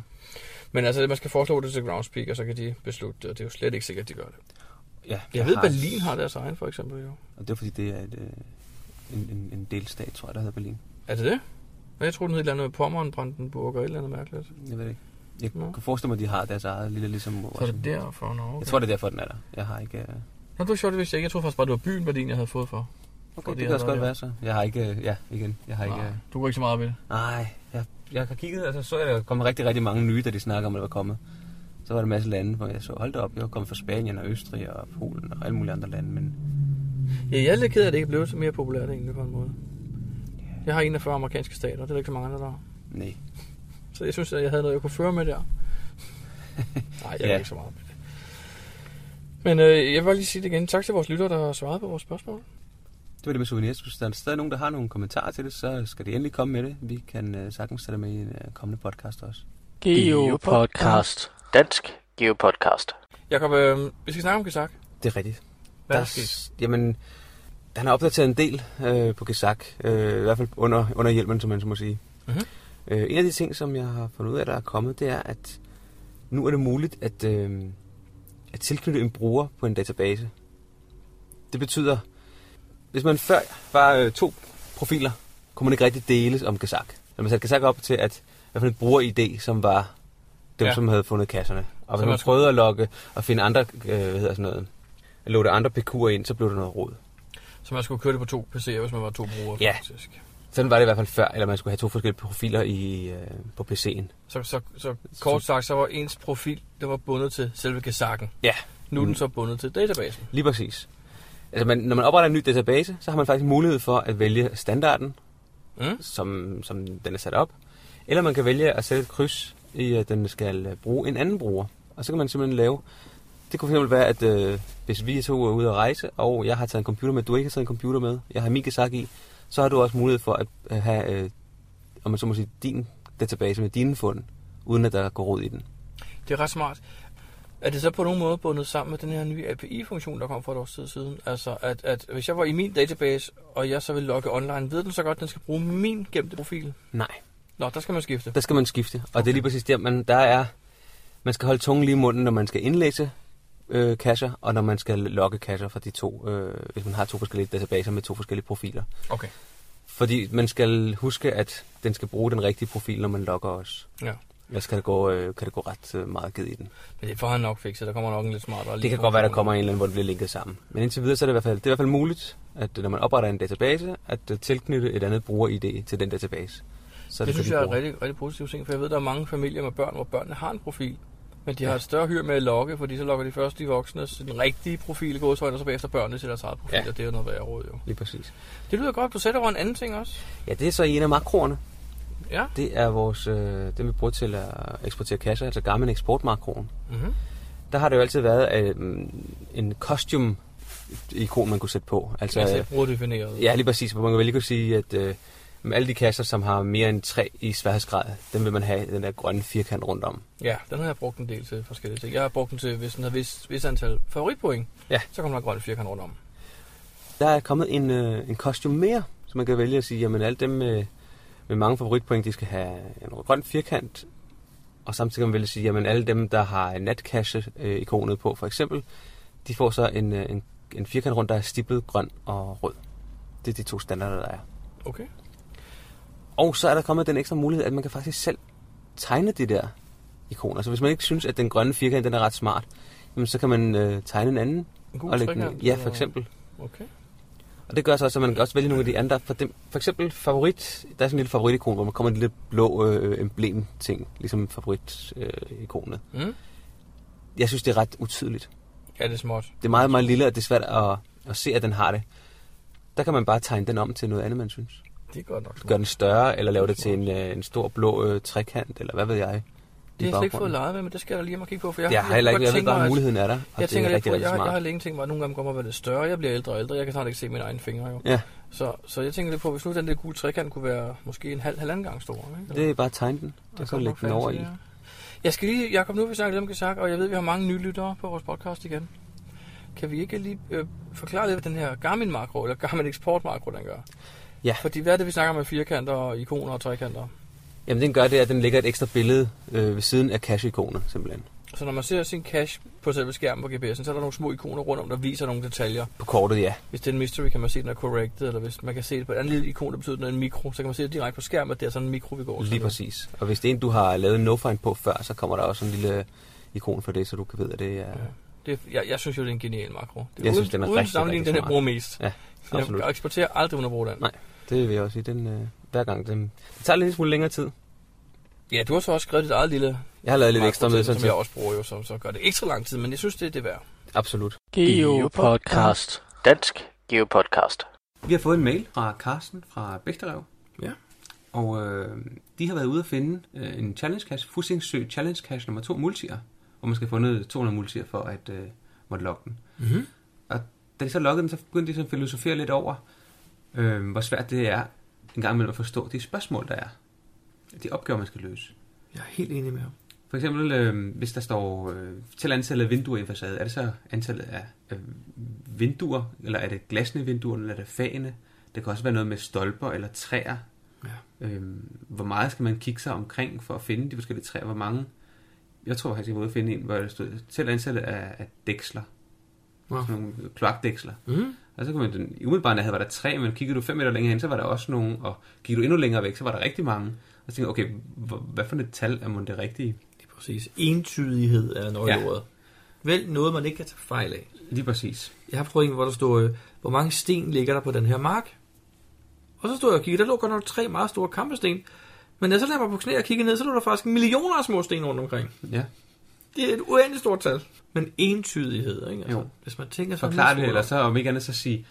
[SPEAKER 1] Men altså, man skal foreslå det til Groundspeak, og så kan de beslutte det, og det er jo slet ikke sikkert, de gør det.
[SPEAKER 4] Ja,
[SPEAKER 1] Jeg ved, Berlin har deres egen, for eksempel, jo.
[SPEAKER 4] Og det er fordi, det er et, øh, en, en, en delstat, tror jeg, der hedder Berlin.
[SPEAKER 1] Er det det? Men jeg tror, den hed et eller andet med Pommern, Brandenburg og et eller andet mærkeligt.
[SPEAKER 4] Jeg ved det ikke. Jeg
[SPEAKER 1] Nå.
[SPEAKER 4] kunne forestille mig, at de har deres eget lille ligesom...
[SPEAKER 1] Så er det derfor, nå, okay.
[SPEAKER 4] Jeg tror, det er derfor, den er der. Jeg har ikke... øh,
[SPEAKER 1] Nå, det var sjovt, det vidste jeg ikke. Jeg troede faktisk bare, det var byen Berlin, jeg havde fået for.
[SPEAKER 4] Okay, det,
[SPEAKER 1] det
[SPEAKER 4] kan også
[SPEAKER 1] er
[SPEAKER 4] godt
[SPEAKER 1] der.
[SPEAKER 4] være så. Jeg har ikke... øh, Ja, igen. Jeg har ikke...
[SPEAKER 1] Nej,
[SPEAKER 4] øh,
[SPEAKER 1] du går ikke så meget op i det.
[SPEAKER 4] Nej, jeg, jeg har kigget, og så så jeg, der kom rigtig, rigtig mange nye, da de snakker om, at det var kommet. Så var der en masse lande, hvor jeg så, hold da op, jeg var kommet fra Spanien og Østrig og Polen og alle mulige andre lande, men
[SPEAKER 1] Ja, jeg er lidt ked af, at det ikke blev så mere populært egentlig på en måde. Jeg har 41 amerikanske stater, det er der ikke så mange andre, der har.
[SPEAKER 4] nej.
[SPEAKER 1] Så jeg synes, at jeg havde noget, jeg kunne føre med der. Nej, jeg ja.
[SPEAKER 4] Ja.
[SPEAKER 1] ikke så meget med det. Men øh, jeg vil bare lige sige det igen. Tak til vores lyttere, der har svaret på vores spørgsmål.
[SPEAKER 4] Det var det med souvenirs. Hvis der er stadig nogen, der har nogle kommentarer til det, så skal de endelig komme med det. Vi kan øh, sagtens tage det med i en øh, kommende podcast også.
[SPEAKER 3] Geopodcast. Dansk Geopodcast.
[SPEAKER 1] Jakob, øh, vi skal snakke om Kazak.
[SPEAKER 4] Det er rigtigt.
[SPEAKER 1] Hvad er
[SPEAKER 4] Der
[SPEAKER 1] der sket?
[SPEAKER 4] s- Jamen, han har opdateret en del øh, på Gesak, øh, i hvert fald under, under hjælpen, som man så må sige.
[SPEAKER 1] Mhm.
[SPEAKER 4] Øh, en af de ting, som jeg har fundet ud af, der er kommet, det er, at nu er det muligt at, øh, at tilknytte en bruger på en database. Det betyder, hvis man før var øh, to profiler, kunne man ikke rigtig deles om Gesak. Når man satte Gesak op til, at i hvert fald en bruger-ID, som var dem,
[SPEAKER 1] Ja.
[SPEAKER 4] ja. som havde fundet kasserne. Og
[SPEAKER 1] Så
[SPEAKER 4] hvis man
[SPEAKER 1] man skulle-
[SPEAKER 4] prøvede at lokke og finde andre, øh, hvad hedder sådan noget, at låte andre PQ'er ind, så blev der noget råd.
[SPEAKER 1] Så man skulle køre det på to PC'er, hvis man var to brugere,
[SPEAKER 4] Ja.
[SPEAKER 1] faktisk.
[SPEAKER 4] Sådan var det i hvert fald før, eller man skulle have to forskellige profiler i, øh, på PC'en.
[SPEAKER 1] Så, så, så kort sagt, så var ens profil, der var bundet til selve Kazakken.
[SPEAKER 4] Ja,
[SPEAKER 1] Nu er den
[SPEAKER 4] Mm.
[SPEAKER 1] så bundet til databasen.
[SPEAKER 4] lige præcis. Altså, man, når man opretter en ny database, så har man faktisk mulighed for at vælge standarden,
[SPEAKER 1] Mm?
[SPEAKER 4] som, som den er sat op. Eller man kan vælge at sætte et kryds i, at den skal øh, bruge en anden bruger. Og så kan man simpelthen lave... Det kunne fx være, at øh, hvis vi to er ude at rejse, og jeg har taget en computer med, du ikke har taget en computer med, jeg har min Gesak i, så har du også mulighed for at øh, have, øh, om man så må sige, din database med dine fund, uden at der går rod i den.
[SPEAKER 1] Det er ret smart. Er det så på nogen måde bundet sammen med den her nye API-funktion, der kom for et års tid siden? Altså, at, at hvis jeg var i min database, og jeg så ville logge online, ved den så godt, at den skal bruge min gemte profil?
[SPEAKER 4] Nej,
[SPEAKER 1] Nå, der skal man skifte.
[SPEAKER 4] der skal man skifte. Og okay. det er lige præcis der, man, der er, man skal holde tungen lige i munden, når man skal indlæse øh, kasser, og når man skal logge kasser fra de to, øh, hvis man har to forskellige databaser med to forskellige profiler.
[SPEAKER 1] Okay.
[SPEAKER 4] Fordi man skal huske, at den skal bruge den rigtige profil, når man logger os.
[SPEAKER 1] Ja.
[SPEAKER 4] Ellers kan det gå, øh, kan det gå ret øh, meget givet i den.
[SPEAKER 1] Men det får han nok fikset. Der kommer nok en lidt smartere.
[SPEAKER 4] Det kan godt være, der kommer en eller anden, hvor det bliver linket sammen. Men indtil videre, så er det i hvert fald, det er i hvert fald muligt, at øh, når man opretter en database, at øh, tilknytte et andet bruger-ID til den database. Så
[SPEAKER 1] Det,
[SPEAKER 4] kan
[SPEAKER 1] det synes
[SPEAKER 4] de
[SPEAKER 1] jeg er en
[SPEAKER 4] bruge.
[SPEAKER 1] rigtig, rigtig positiv ting, for jeg ved, der er mange familier med børn, hvor børnene har en profil, men de har et større hyr med at logge, fordi så logger de først de voksne den rigtige profil i gåsøjne, og så bagefter børnene til deres eget profil, ja.
[SPEAKER 4] Ja.
[SPEAKER 1] og det er jo noget værre råd jo.
[SPEAKER 4] Lige præcis.
[SPEAKER 1] Det lyder godt, du sætter over en anden ting også.
[SPEAKER 4] Ja, det er så i en af makroerne.
[SPEAKER 1] Ja.
[SPEAKER 4] Det er vores, øh, det vi bruger til at eksportere kasser, altså Garmin eksportmakroen.
[SPEAKER 1] Mm-hmm.
[SPEAKER 4] Der har det jo altid været øh, en costume ikon man kunne sætte på. Altså,
[SPEAKER 1] Så, altså
[SPEAKER 4] øh,
[SPEAKER 1] et brugerdefineret.
[SPEAKER 4] ja, lige præcis, hvor man vel lige kunne sige, at øh, med alle de kasser, som har mere end 3 i sværhedsgrad, dem vil man have den der grønne firkant rundt om.
[SPEAKER 1] ja, den har jeg brugt en del til forskellige ting. Jeg har brugt den til, hvis den har vis, vis antal favoritpoint,
[SPEAKER 4] Ja.
[SPEAKER 1] så kommer der en grøn firkant rundt om.
[SPEAKER 4] Der er kommet en, øh, en costume mere, så man kan vælge at sige, jamen alle dem øh, med mange favoritpoint, de skal have en grøn firkant,
[SPEAKER 2] Og samtidig kan man vælge at sige, at alle dem, der har natkasse-ikonet på for eksempel, de får så en, øh, en, en firkant rundt, der er stiplet grøn og rød. Det er de to standarder, der er.
[SPEAKER 1] Okay.
[SPEAKER 2] Og så er der kommet den ekstra mulighed, at man kan faktisk selv tegne de der ikoner. Så hvis man ikke synes, at den grønne firkant den er ret smart, jamen, så kan man øh, tegne en anden.
[SPEAKER 1] En god
[SPEAKER 2] og lægge den-
[SPEAKER 1] trekant,
[SPEAKER 2] Ja,
[SPEAKER 1] eller-
[SPEAKER 2] for eksempel.
[SPEAKER 1] Okay.
[SPEAKER 2] Og det gør så også, at man kan også vælge nogle af de andre. For, dem, for eksempel favorit, der er sådan en lille favoritikon, hvor man kommer en lille blå øh, emblem-ting, ligesom favoritikonet. Øh, ikonet.
[SPEAKER 1] Mm.
[SPEAKER 2] jeg synes, det er ret utydeligt.
[SPEAKER 1] Ja, det er småt.
[SPEAKER 2] Det er meget, meget lille, og det er svært at, at se, at den har det. Der kan man bare tegne den om til noget andet, man synes.
[SPEAKER 1] Det er godt nok
[SPEAKER 2] Gør den større, eller lave det til en, øh, en stor blå øh, trekant, eller hvad ved jeg.
[SPEAKER 1] Det har jeg slet ikke fået
[SPEAKER 2] lavet.
[SPEAKER 1] leget med, men det skal jeg da lige hjem og kigge på, for jeg,
[SPEAKER 2] Jeg har heller ikke,
[SPEAKER 1] kunne
[SPEAKER 2] jeg
[SPEAKER 1] godt
[SPEAKER 2] ved
[SPEAKER 1] tænke
[SPEAKER 2] bare,
[SPEAKER 1] mig,
[SPEAKER 2] at
[SPEAKER 1] at-
[SPEAKER 2] muligheden er der, og
[SPEAKER 1] Jeg
[SPEAKER 2] det er
[SPEAKER 1] tænker lidt
[SPEAKER 2] rigtig,
[SPEAKER 1] på,
[SPEAKER 2] rigtig
[SPEAKER 1] jeg, jeg har
[SPEAKER 2] smart.
[SPEAKER 1] længe tænkt mig, at nogle gange kommer jeg lidt større. Jeg bliver ældre og ældre. Jeg kan snart ikke se mine egne fingre, jo.
[SPEAKER 2] Ja,
[SPEAKER 1] Så, så jeg tænker lidt på, hvis nu den der gule trekant kunne være måske en halv, halvanden gang stor. Ikke? Eller-
[SPEAKER 2] det er bare at tegne den, og så
[SPEAKER 1] godt
[SPEAKER 2] lægge
[SPEAKER 1] nok
[SPEAKER 2] den over
[SPEAKER 1] fancy,
[SPEAKER 2] i.
[SPEAKER 1] ja. Jeg skal lige, Jacob, nu har vi snakket lidt om Kazak, og jeg ved, at vi har mange nye lyttere på vores podcast igen. Kan vi ikke lige øh, forklare lidt, hvad den her Garmin makro, eller Garmin Export makro, den gør?
[SPEAKER 2] Ja.
[SPEAKER 1] Fordi hvad er det, vi snakker om med firkanter og ikoner og trekanter?
[SPEAKER 2] Jamen, den gør det, at den lægger et ekstra billede øh, ved siden af cache-ikonet, simpelthen.
[SPEAKER 1] Så når man ser sin cache på selve skærmen på GPS'en, så er der nogle små ikoner rundt om, der viser nogle detaljer.
[SPEAKER 2] På kortet, ja.
[SPEAKER 1] Hvis det er en mystery, kan man se, den er corrected, eller hvis man kan se det på et andet lille ikon, der betyder, at den er en mikro, så kan man se det direkte på skærmen, at det er sådan en mikro, vi går til.
[SPEAKER 2] Lige præcis. Og hvis det er en, du har lavet no-find på før, så kommer der også en lille ikon for det, så du kan vide, at det er...
[SPEAKER 1] Ja. Det, er- jeg, jeg synes jo, det er en genial makro. Det
[SPEAKER 2] Jeg synes, den er
[SPEAKER 1] uden
[SPEAKER 2] rigtig,
[SPEAKER 1] sammenligning,
[SPEAKER 2] rigtig
[SPEAKER 1] den jeg
[SPEAKER 2] smart.
[SPEAKER 1] bruger mest.
[SPEAKER 2] Ja, absolut.
[SPEAKER 1] Jeg eksporterer aldrig, uden at bruge den.
[SPEAKER 2] Nej. Det vil jeg også sige. Den, øh, hver gang. Den, det tager lidt smule længere tid.
[SPEAKER 1] Ja, du har så også skrevet dit eget lille
[SPEAKER 2] Jeg har lavet lidt ekstra med,
[SPEAKER 1] som
[SPEAKER 2] sådan
[SPEAKER 1] jeg
[SPEAKER 2] set.
[SPEAKER 1] også bruger jo, som så gør det ekstra lang tid, men jeg synes, det er det værd.
[SPEAKER 2] Absolut.
[SPEAKER 3] Geopodcast. Dansk Geopodcast.
[SPEAKER 4] Vi har fået en mail fra Carsten fra Bækterev.
[SPEAKER 1] Ja.
[SPEAKER 4] Og øh, de har været ude at finde øh, en challenge cash, Fusingsø challenge cash nummer 2 multier, hvor man skal have fundet 200 multier for at øh, måtte logge den.
[SPEAKER 1] Mhm.
[SPEAKER 4] Og da de så loggede den, så begyndte de sådan at filosofere lidt over, øh, hvor svært det er en gang imellem at forstå de spørgsmål, der er. De opgaver, man skal løse.
[SPEAKER 1] Jeg er helt enig med ham.
[SPEAKER 4] For eksempel, øh, hvis der står øh, til antallet af vinduer i en facade, er det så antallet af øh, vinduer, eller er det glasne i vinduerne, eller er det fagene? Det kan også være noget med stolper eller træer. Ja. Øh, hvor meget skal man kigge sig omkring for at finde de forskellige træer? Hvor mange? Jeg tror faktisk, jeg var ude at finde en, hvor der stod til antallet af, af dæksler.
[SPEAKER 1] Wow.
[SPEAKER 4] Sådan nogle kloakdæksler.
[SPEAKER 1] Mm.
[SPEAKER 4] Og så kunne man, den, i umiddelbart nærhed var der tre, men kiggede du fem meter længere hen, så var der også nogen, og kiggede du endnu længere væk, så var der rigtig mange. Og så tænkte jeg, okay, hvor, hvad for et tal er mon det rigtige?
[SPEAKER 1] Det er præcis. Entydighed er nøgleordet. Ja. Vel, noget man ikke kan tage fejl af.
[SPEAKER 4] Lige præcis.
[SPEAKER 1] Jeg har prøvet en, hvor der stod, øh, hvor mange sten ligger der på den her mark? Og så stod jeg og kiggede, der lå godt nok tre meget store kampesten. Men når jeg så lagde mig på knæ og kiggede ned, så lå der faktisk millioner af små sten rundt omkring.
[SPEAKER 4] Ja,
[SPEAKER 1] Det er et uendeligt stort tal. Men entydighed, ikke? Altså,
[SPEAKER 4] Jo.
[SPEAKER 1] Hvis man tænker sådan...
[SPEAKER 4] forklar
[SPEAKER 1] lidt
[SPEAKER 4] det,
[SPEAKER 1] smule
[SPEAKER 4] eller
[SPEAKER 1] om-
[SPEAKER 4] så om ikke andet så sige,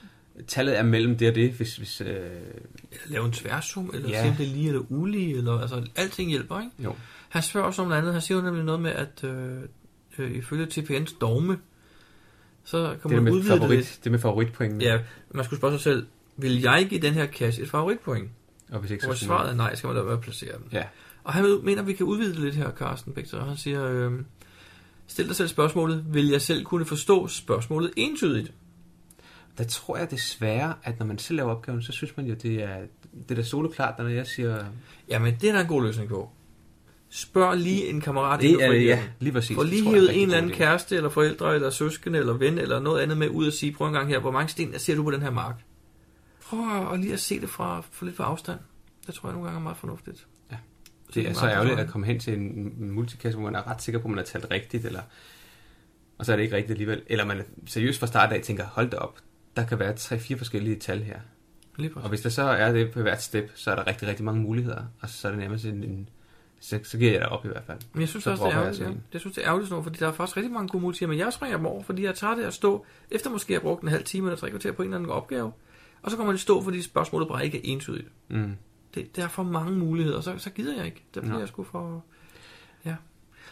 [SPEAKER 4] tallet er mellem det og det, hvis... hvis øh,
[SPEAKER 1] Eller lave en tværsum, eller
[SPEAKER 4] Ja.
[SPEAKER 1] ja. se om det er lige eller ulige, eller altså alting hjælper, ikke?
[SPEAKER 4] jo.
[SPEAKER 1] Han spørger også om noget andet. Han siger jo nemlig noget med, at øh, øh, ifølge TPN's dogme, så
[SPEAKER 4] Det, er
[SPEAKER 1] kommer man
[SPEAKER 4] med
[SPEAKER 1] udvide det
[SPEAKER 4] favorit,
[SPEAKER 1] lidt.
[SPEAKER 4] det, er med favoritpoengene.
[SPEAKER 1] Ja, man skulle spørge sig selv, vil jeg give den her cash et favoritpoint?
[SPEAKER 4] Og hvis ikke,
[SPEAKER 1] Og hvis
[SPEAKER 4] skal
[SPEAKER 1] svaret er nej, skal man da være at placere den.
[SPEAKER 4] Ja.
[SPEAKER 1] Og han ved- mener, at vi kan udvide det lidt her, Carsten Bækter. Han siger, øh, stil dig selv spørgsmålet, vil jeg selv kunne forstå spørgsmålet entydigt?
[SPEAKER 4] man- Der tror jeg desværre, at når man selv laver opgaven, så synes man jo, det er, det er da soleklart, når jeg siger...
[SPEAKER 1] Jamen, det er der en god løsning på. Spørg lige en kammerat. inden
[SPEAKER 4] Det
[SPEAKER 1] for
[SPEAKER 4] er det,
[SPEAKER 1] hjælp.
[SPEAKER 4] ja, lige præcis.
[SPEAKER 1] Få
[SPEAKER 4] Det
[SPEAKER 1] lige
[SPEAKER 4] tror jeg er
[SPEAKER 1] hivet
[SPEAKER 4] rigtig
[SPEAKER 1] en eller
[SPEAKER 4] god
[SPEAKER 1] anden
[SPEAKER 4] idé.
[SPEAKER 1] kæreste, eller forældre, eller søskende, eller ven, eller noget andet med ud og sige, prøv en gang her, hvor mange sten ser du på den her mark? Prøv at lige at se det fra, fra lidt fra afstand. Det tror jeg nogle gange er meget fornuftigt.
[SPEAKER 4] Ja.
[SPEAKER 1] det
[SPEAKER 4] Det er
[SPEAKER 1] er
[SPEAKER 4] så
[SPEAKER 1] meget
[SPEAKER 4] ærgerligt
[SPEAKER 1] sådan.
[SPEAKER 4] at komme hen til en, en multikasse, hvor man er ret sikker på, at man har talt rigtigt, eller, og så er det ikke rigtigt alligevel. Eller man seriøst fra start af tænker, hold da op, der kan være tre-fire forskellige tal her.
[SPEAKER 1] Lige
[SPEAKER 4] Og
[SPEAKER 1] præcis.
[SPEAKER 4] hvis der så er det på hvert step, så er der rigtig, rigtig mange muligheder. Og så er det nærmest en... en så, så giver jeg dig op i hvert fald.
[SPEAKER 1] Men jeg synes
[SPEAKER 4] så
[SPEAKER 1] også, det er
[SPEAKER 4] dropper jeg
[SPEAKER 1] ærgerligt.
[SPEAKER 4] altså
[SPEAKER 1] Jeg,
[SPEAKER 4] en.
[SPEAKER 1] jeg synes, det er ærgerligt sådan noget, fordi der er faktisk rigtig mange gode multier, men jeg springer dem over, fordi jeg tager det at stå, efter måske jeg har brugt en halv time eller tre kvarter på en eller anden opgave, og så kommer det at stå, fordi spørgsmålet bare ikke er entydigt.
[SPEAKER 4] Mm.
[SPEAKER 1] det, der er for mange muligheder, så, så gider jeg ikke. Der bliver
[SPEAKER 4] Nå.
[SPEAKER 1] jeg sgu for... Ja.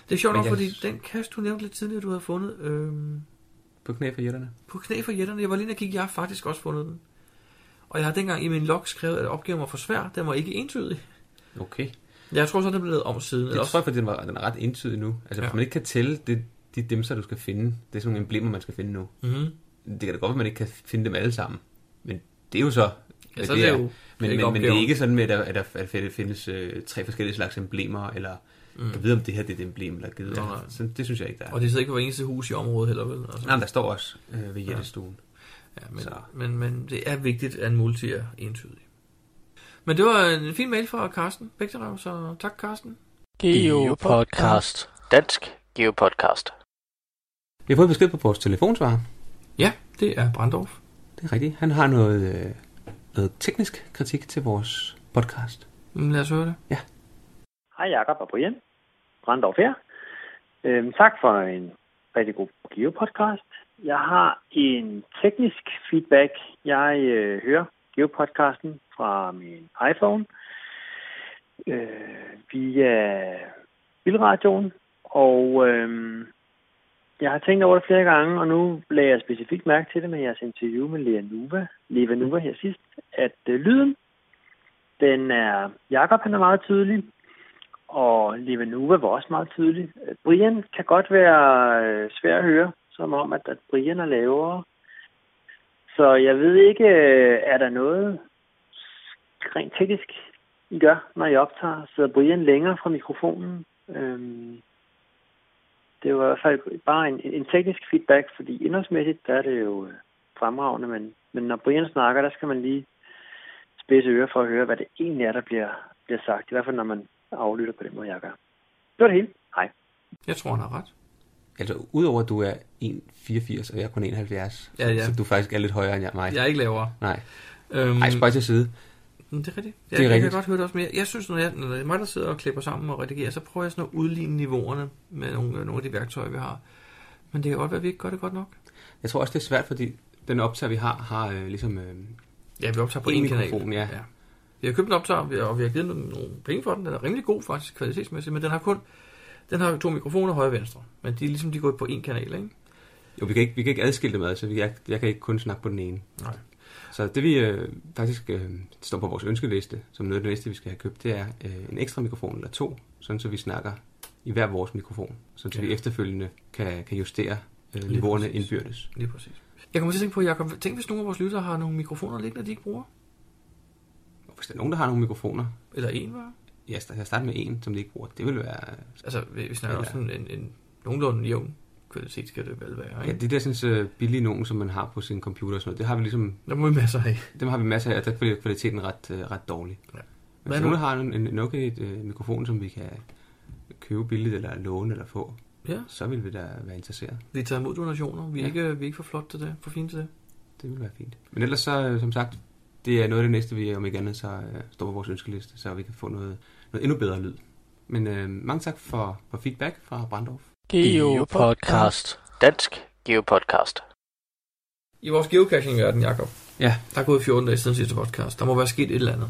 [SPEAKER 1] Det er sjovt
[SPEAKER 4] Men
[SPEAKER 1] nok,
[SPEAKER 4] jeg-
[SPEAKER 1] fordi den kast, du nævnte lidt tidligere, du havde fundet øhm,
[SPEAKER 4] På knæ for jætterne.
[SPEAKER 1] på knæ for jætterne, jeg var lige inde og kigge, jeg har faktisk også fundet den. Og jeg har dengang i min log skrevet, at opgaven var for svær, den var ikke entydig.
[SPEAKER 4] Okay.
[SPEAKER 1] Jeg tror så, den blev lavet om siden.
[SPEAKER 4] Det tror jeg, fordi den, var, den er ret entydig nu. Altså, ja.
[SPEAKER 1] Ja.
[SPEAKER 4] hvis man ikke kan tælle det, de dimser, du skal finde, det er sådan nogle emblemer, man skal finde nu.
[SPEAKER 1] Mm-hmm.
[SPEAKER 4] Det kan da godt være, at man ikke kan finde dem alle sammen. Men det er jo så... hvad
[SPEAKER 1] Ja, så er det jo
[SPEAKER 4] Men,
[SPEAKER 1] ikke
[SPEAKER 4] men, men det er
[SPEAKER 1] opgaven.
[SPEAKER 4] ikke sådan med, at der, at der, at der findes øh, tre forskellige slags emblemer, eller
[SPEAKER 1] Mm.
[SPEAKER 4] Mm. Jeg ved, om det her det er et emblem, eller givet.
[SPEAKER 1] Nå,
[SPEAKER 4] Ja,
[SPEAKER 1] nej.
[SPEAKER 4] Så det synes jeg ikke, der er.
[SPEAKER 1] Og det er så ikke på hver eneste hus i området heller, vel? Altså,
[SPEAKER 4] Nej, men der står også øh, ved Jættestuen.
[SPEAKER 1] ja, men,
[SPEAKER 4] så-
[SPEAKER 1] men, men det er vigtigt, at en multi er entydig. Men det var en fin mail fra Carsten Bækterau, så tak Carsten.
[SPEAKER 3] Geopodcast. Dansk Geopodcast.
[SPEAKER 4] Vi har fået besked på vores telefonsvarer.
[SPEAKER 1] Ja, det er Brandorf.
[SPEAKER 4] Det er rigtigt. Han har noget, øh, noget teknisk kritik til vores podcast.
[SPEAKER 1] Mm, Lad os høre det.
[SPEAKER 5] Hej Jakob og Brian. Brandorf her. Øhm, tak for en rigtig god Geo-podcast. Jeg har en teknisk feedback. Jeg øh, hører Geo-podcasten fra min iPhone øh, via bilradioen, og øh, jeg har tænkt over det flere gange, og nu lagde jeg specifikt mærke til det med jeres interview med Lea Nuva, Leva Nuva her sidst, at øh, lyden, den er, Jakob han er meget tydelig, og Levanuva var også meget tydelig. Brian kan godt være øh, svær at høre, som om, at, at Brian er lavere. Så jeg ved ikke, øh, er der noget rent teknisk, I gør, når I optager? Sidder Brian længere fra mikrofonen? Øhm, det var i hvert fald bare en, en teknisk feedback, fordi indholdsmæssigt der er det jo øh, fremragende, men, men når Brian snakker, der skal man lige spidse ører for at høre, hvad det egentlig er, der bliver, bliver sagt. I hvert fald, når man aflytter på den måde, jeg gør. Det var det hele. Hej.
[SPEAKER 1] Jeg tror, han har ret.
[SPEAKER 4] Altså, udover at du er 1,84, og jeg er kun 1,70,
[SPEAKER 1] Ja, ja.
[SPEAKER 4] så du faktisk er lidt højere end jeg, mig.
[SPEAKER 1] Jeg er ikke lavere.
[SPEAKER 4] Nej,
[SPEAKER 1] Øhm,
[SPEAKER 4] Ej, spøj til side.
[SPEAKER 1] Mm, Det er rigtigt. Ja,
[SPEAKER 4] Det
[SPEAKER 1] jeg
[SPEAKER 4] er
[SPEAKER 1] kan
[SPEAKER 4] rigtigt.
[SPEAKER 1] godt høre det også mere. Jeg synes, når, jeg, når det er mig, der sidder og klipper sammen og redigerer, så prøver jeg sådan at udligne niveauerne med nogle, øh, nogle af de værktøjer, vi har. Men det kan godt være, at vi ikke gør det godt nok.
[SPEAKER 4] Jeg tror også, det er svært, fordi den optager, vi har, har øh, ligesom... Øh,
[SPEAKER 1] Ja, vi optager på
[SPEAKER 4] En
[SPEAKER 1] én kanal.
[SPEAKER 4] mikrofon, ja.
[SPEAKER 1] Vi har købt en optager, vi har- og vi har givet den nogle penge for den. Den er rimelig god faktisk, kvalitetsmæssigt, men den har kun den har to mikrofoner, højre og venstre. Men de er ligesom de går på én kanal, ikke?
[SPEAKER 4] jo, vi kan, ikke, vi kan ikke adskille dem ad, så vi, jeg, jeg kan ikke kun snakke på den ene.
[SPEAKER 1] Nej.
[SPEAKER 4] Så det, vi øh, faktisk øh, står på vores ønskeliste, som noget af det næste, vi skal have købt, det er øh, en ekstra mikrofon eller to, sådan så vi snakker i hver vores mikrofon, sådan så
[SPEAKER 1] Ja.
[SPEAKER 4] vi efterfølgende kan, kan justere øh, niveauerne
[SPEAKER 1] præcis.
[SPEAKER 4] indbyrdes.
[SPEAKER 1] Lige præcis. Jeg kommer til at tænke på, Jacob, tænk hvis nogle af vores lyttere har nogle mikrofoner liggende, de ikke bruger.
[SPEAKER 4] Og hvis der er nogen, der har nogle mikrofoner,
[SPEAKER 1] Eller en, var.
[SPEAKER 4] ja, st- jeg starter med en, som de ikke bruger, det vil være...
[SPEAKER 1] Altså, vi vi snakker
[SPEAKER 4] Ja.
[SPEAKER 1] også sådan en, en nogenlunde jævn kvalitet, skal det vel være,
[SPEAKER 4] Ja,
[SPEAKER 1] ikke?
[SPEAKER 4] de der sådan, øh, billige nogen, som man har på sin computer og sådan noget, det har vi ligesom
[SPEAKER 1] Der må vi masser af.
[SPEAKER 4] Dem har vi masser af, og der bliver kvaliteten ret, øh, ret dårlig.
[SPEAKER 1] Ja.
[SPEAKER 4] Ja.
[SPEAKER 1] Hvad
[SPEAKER 4] Men hvis
[SPEAKER 1] nu?
[SPEAKER 4] nogen har en, en okay øh, mikrofon, som vi kan købe billigt, eller låne, eller få,
[SPEAKER 1] Ja,
[SPEAKER 4] så vil vi da være interesseret.
[SPEAKER 1] vi tager imod donationer. Vi er,
[SPEAKER 4] Ja.
[SPEAKER 1] ikke, vi er ikke for flot til det, for fint til det.
[SPEAKER 4] Det vil være fint. Men ellers så, øh, som sagt, det er noget af det næste, vi om ikke andet så øh, står på vores ønskeliste, så vi kan få noget, noget endnu bedre lyd. Men øh, mange tak for, for feedback fra Brandorf.
[SPEAKER 3] Geopodcast. Dansk Geopodcast.
[SPEAKER 1] I vores geocaching-verden, Jacob,
[SPEAKER 4] Ja.
[SPEAKER 1] der er gået 14 dage siden sidste podcast. Der må være sket et eller andet.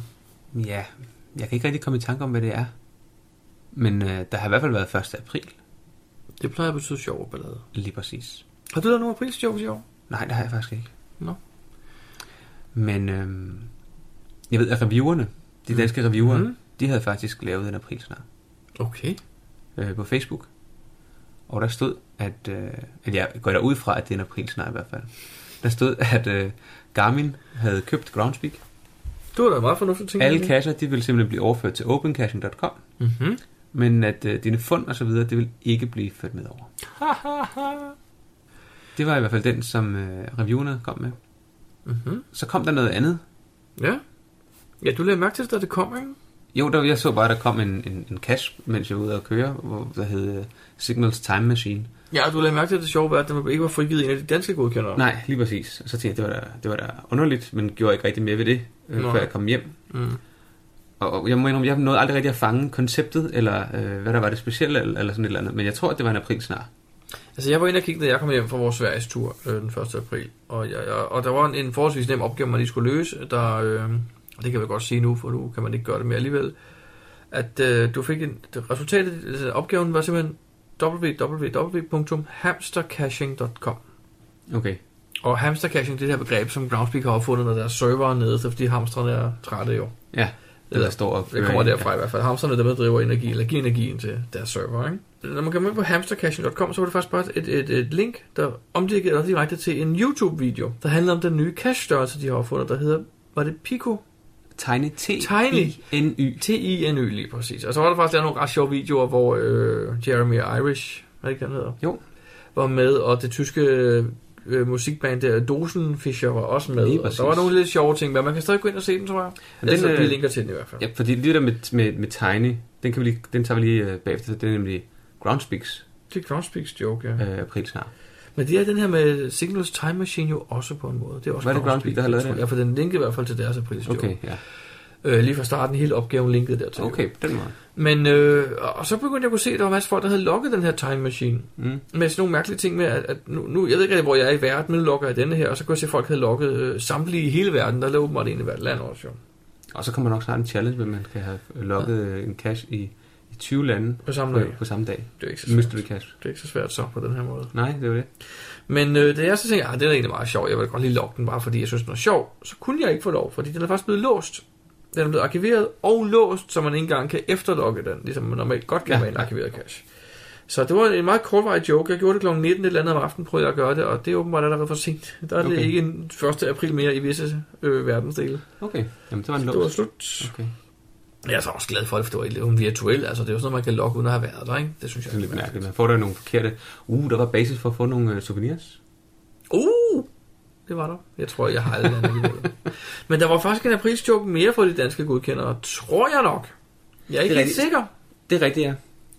[SPEAKER 4] Ja, jeg kan ikke rigtig komme i tanke om, hvad det er. Men øh, der har i hvert fald været 1. april,
[SPEAKER 1] Det plejer at betyde sjov og ballade.
[SPEAKER 4] lige præcis.
[SPEAKER 1] Har du lavet nogle aprilsjokes i år?
[SPEAKER 4] Nej, det har jeg faktisk ikke.
[SPEAKER 1] Nå.
[SPEAKER 4] Men øhm, jeg ved, at reviewerne, de danske reviewer,
[SPEAKER 1] Mm.
[SPEAKER 4] mm. de havde faktisk lavet en aprilsnar
[SPEAKER 1] Okay.
[SPEAKER 4] øh, på Facebook. Og der stod, at, øh, at jeg går derud fra, at det er en aprilsnar i hvert fald. Der stod, at øh, Garmin havde købt Groundspeak.
[SPEAKER 1] Mm-hmm. Det var da meget fornuftigt ting.
[SPEAKER 4] Alle kasser, de ville simpelthen blive overført til opencaching.com,
[SPEAKER 1] Mm-hmm.
[SPEAKER 4] men at øh, dine fund og så videre, det vil ikke blive ført med over. Det var i hvert fald den, som øh, reviewerne kom med.
[SPEAKER 1] Mm-hmm.
[SPEAKER 4] Så kom der noget andet,
[SPEAKER 1] Ja. Ja, du lagde mærke til, at det kom, ikke?
[SPEAKER 4] Jo, der, jeg så bare, der kom en, en, en cash, mens jeg var ude at køre, hvor der hed øh, Signals Time Machine.
[SPEAKER 1] Ja, og du lagde mærke til, at det sjove var, at den ikke var frigivet i en af de danske godkendere.
[SPEAKER 4] Nej, lige præcis. Og så tænkte jeg, det var da, det var da underligt, men gjorde ikke rigtig mere ved det, øh,
[SPEAKER 1] Nå.
[SPEAKER 4] før jeg kom hjem.
[SPEAKER 1] Mm.
[SPEAKER 4] Og, og jeg må indrømme, jeg nåede aldrig rigtig at fange konceptet, eller øh, hvad der var det specielle, eller, eller sådan et eller andet. Men jeg tror, at det var en april snart.
[SPEAKER 1] Altså, jeg var inde og kigge, da jeg kom hjem fra vores Sveriges tur øh, den 1. april, og, jeg, jeg, og der var en, en forholdsvis nem opgave, man lige skulle løse, der, øh, og det kan vi godt sige nu, for nu kan man ikke gøre det mere alligevel, at øh, du fik en, det- resultatet, altså, opgaven var simpelthen www.hamstercaching.com.
[SPEAKER 4] Okay.
[SPEAKER 1] Og hamstercaching, det er det her begreb, som Groundspeak har opfundet, når deres server er nede, så fordi hamstrene er trætte jo.
[SPEAKER 4] Ja, det der står op. øh,
[SPEAKER 1] Det kommer derfra i hvert fald. Hamsterne er dem, der driver energi, eller giver energien til deres server. Ikke? Når man kommer ind på hamstercaching.com, så var det faktisk bare et, et, et link, der omdirigede dig direkte til en YouTube-video, der handlede om den nye cache-størrelse, de har opfundet, der hedder, var det Pico?
[SPEAKER 4] Tiny.
[SPEAKER 1] Tiny.
[SPEAKER 4] T-I-N-Y.
[SPEAKER 1] T-I-N-Y lige præcis. Og så var der faktisk lavet nogle ret sjove videoer, hvor øh, Jeremy Irish, hvad det, den hedder?
[SPEAKER 4] Jo.
[SPEAKER 1] Var med, og det tyske øh, musikband der, Dosenfischer, var også med.
[SPEAKER 4] Lige
[SPEAKER 1] og
[SPEAKER 4] præcis.
[SPEAKER 1] der var nogle lidt sjove ting, men man kan stadig gå ind og se den, tror jeg.
[SPEAKER 4] Men
[SPEAKER 1] Den, altså,
[SPEAKER 4] den,
[SPEAKER 1] vi
[SPEAKER 4] øh,
[SPEAKER 1] linker til den i hvert fald.
[SPEAKER 4] Ja, fordi lige der med, med, med Tiny, den, kan vi lige, den tager vi lige øh, bagefter. Det er nemlig Groundspeaks
[SPEAKER 1] Det er Groundspeaks joke, ja. ja.
[SPEAKER 4] øh, april snart.
[SPEAKER 1] Men det er den her med Signals Time Machine jo også på en måde. Det er også
[SPEAKER 4] Var det Groundspeak, der har lavet
[SPEAKER 1] tror
[SPEAKER 4] den?
[SPEAKER 1] jeg, Ja, for den linkede i hvert fald til deres aprils joke.
[SPEAKER 4] Okay, ja.
[SPEAKER 1] Øh, lige fra starten, hele opgaven linkede dertil.
[SPEAKER 4] Okay, på den måde.
[SPEAKER 1] Men, øh, og så begyndte jeg at kunne se, at der var masser af folk, der havde logget den her time machine.
[SPEAKER 4] Mm.
[SPEAKER 1] Med sådan nogle mærkelige ting med, at, at nu, nu, jeg ved ikke rigtig, hvor jeg er i verden, men nu logger jeg denne her. Og så kunne jeg se, at folk havde logget øh, samtlige i hele verden. Der lå åbenbart en i hvert land også, jo.
[SPEAKER 4] Og så kommer nok snart en challenge, hvor man kan have lukket ja. en cash i, i 20 lande
[SPEAKER 1] På samme dag.
[SPEAKER 4] på, på samme dag.
[SPEAKER 1] Det er ikke så svært.
[SPEAKER 4] Mystery cash.
[SPEAKER 1] Det er ikke så svært så på den her måde.
[SPEAKER 4] Nej, det var det.
[SPEAKER 1] Men øh, da jeg så tænkte, at det er egentlig meget sjovt, jeg vil godt lige logge den bare, fordi jeg synes, den er sjov, så kunne jeg ikke få lov, fordi den er faktisk blevet låst. Den er blevet arkiveret og låst, så man ikke engang kan efterlogge den, ligesom man normalt godt kan
[SPEAKER 4] Ja.
[SPEAKER 1] ja. med en arkiveret cache. Så det var en meget kortvarig joke. Jeg gjorde det kl. 19 et eller andet om aftenen, prøvede jeg at gøre det, og det er åbenbart allerede for sent. Der er okay.
[SPEAKER 4] Okay.
[SPEAKER 1] det ikke en 1. april mere i visse øh, verdensdele.
[SPEAKER 4] Okay, jamen det var
[SPEAKER 1] Det
[SPEAKER 4] en
[SPEAKER 1] var
[SPEAKER 4] lås.
[SPEAKER 1] slut.
[SPEAKER 4] Okay,
[SPEAKER 1] Jeg er så også glad for det, for det var lidt um, virtuelt. Altså, det er jo sådan noget, man kan logge uden at have været der, ikke? Det synes
[SPEAKER 4] det
[SPEAKER 1] jeg
[SPEAKER 4] er lidt mærkeligt. Man får da nogle forkerte... Uh, der var basis for at få nogle øh, souvenirs.
[SPEAKER 1] Uh! Det var der. Jeg tror, jeg har aldrig lavet noget imod det. Men der var faktisk en aprilsjoke mere for de danske godkendere, tror jeg nok. Jeg er ikke
[SPEAKER 4] Det er
[SPEAKER 1] helt
[SPEAKER 4] rigtigt.
[SPEAKER 1] sikker.
[SPEAKER 4] Det er rigtigt, ja.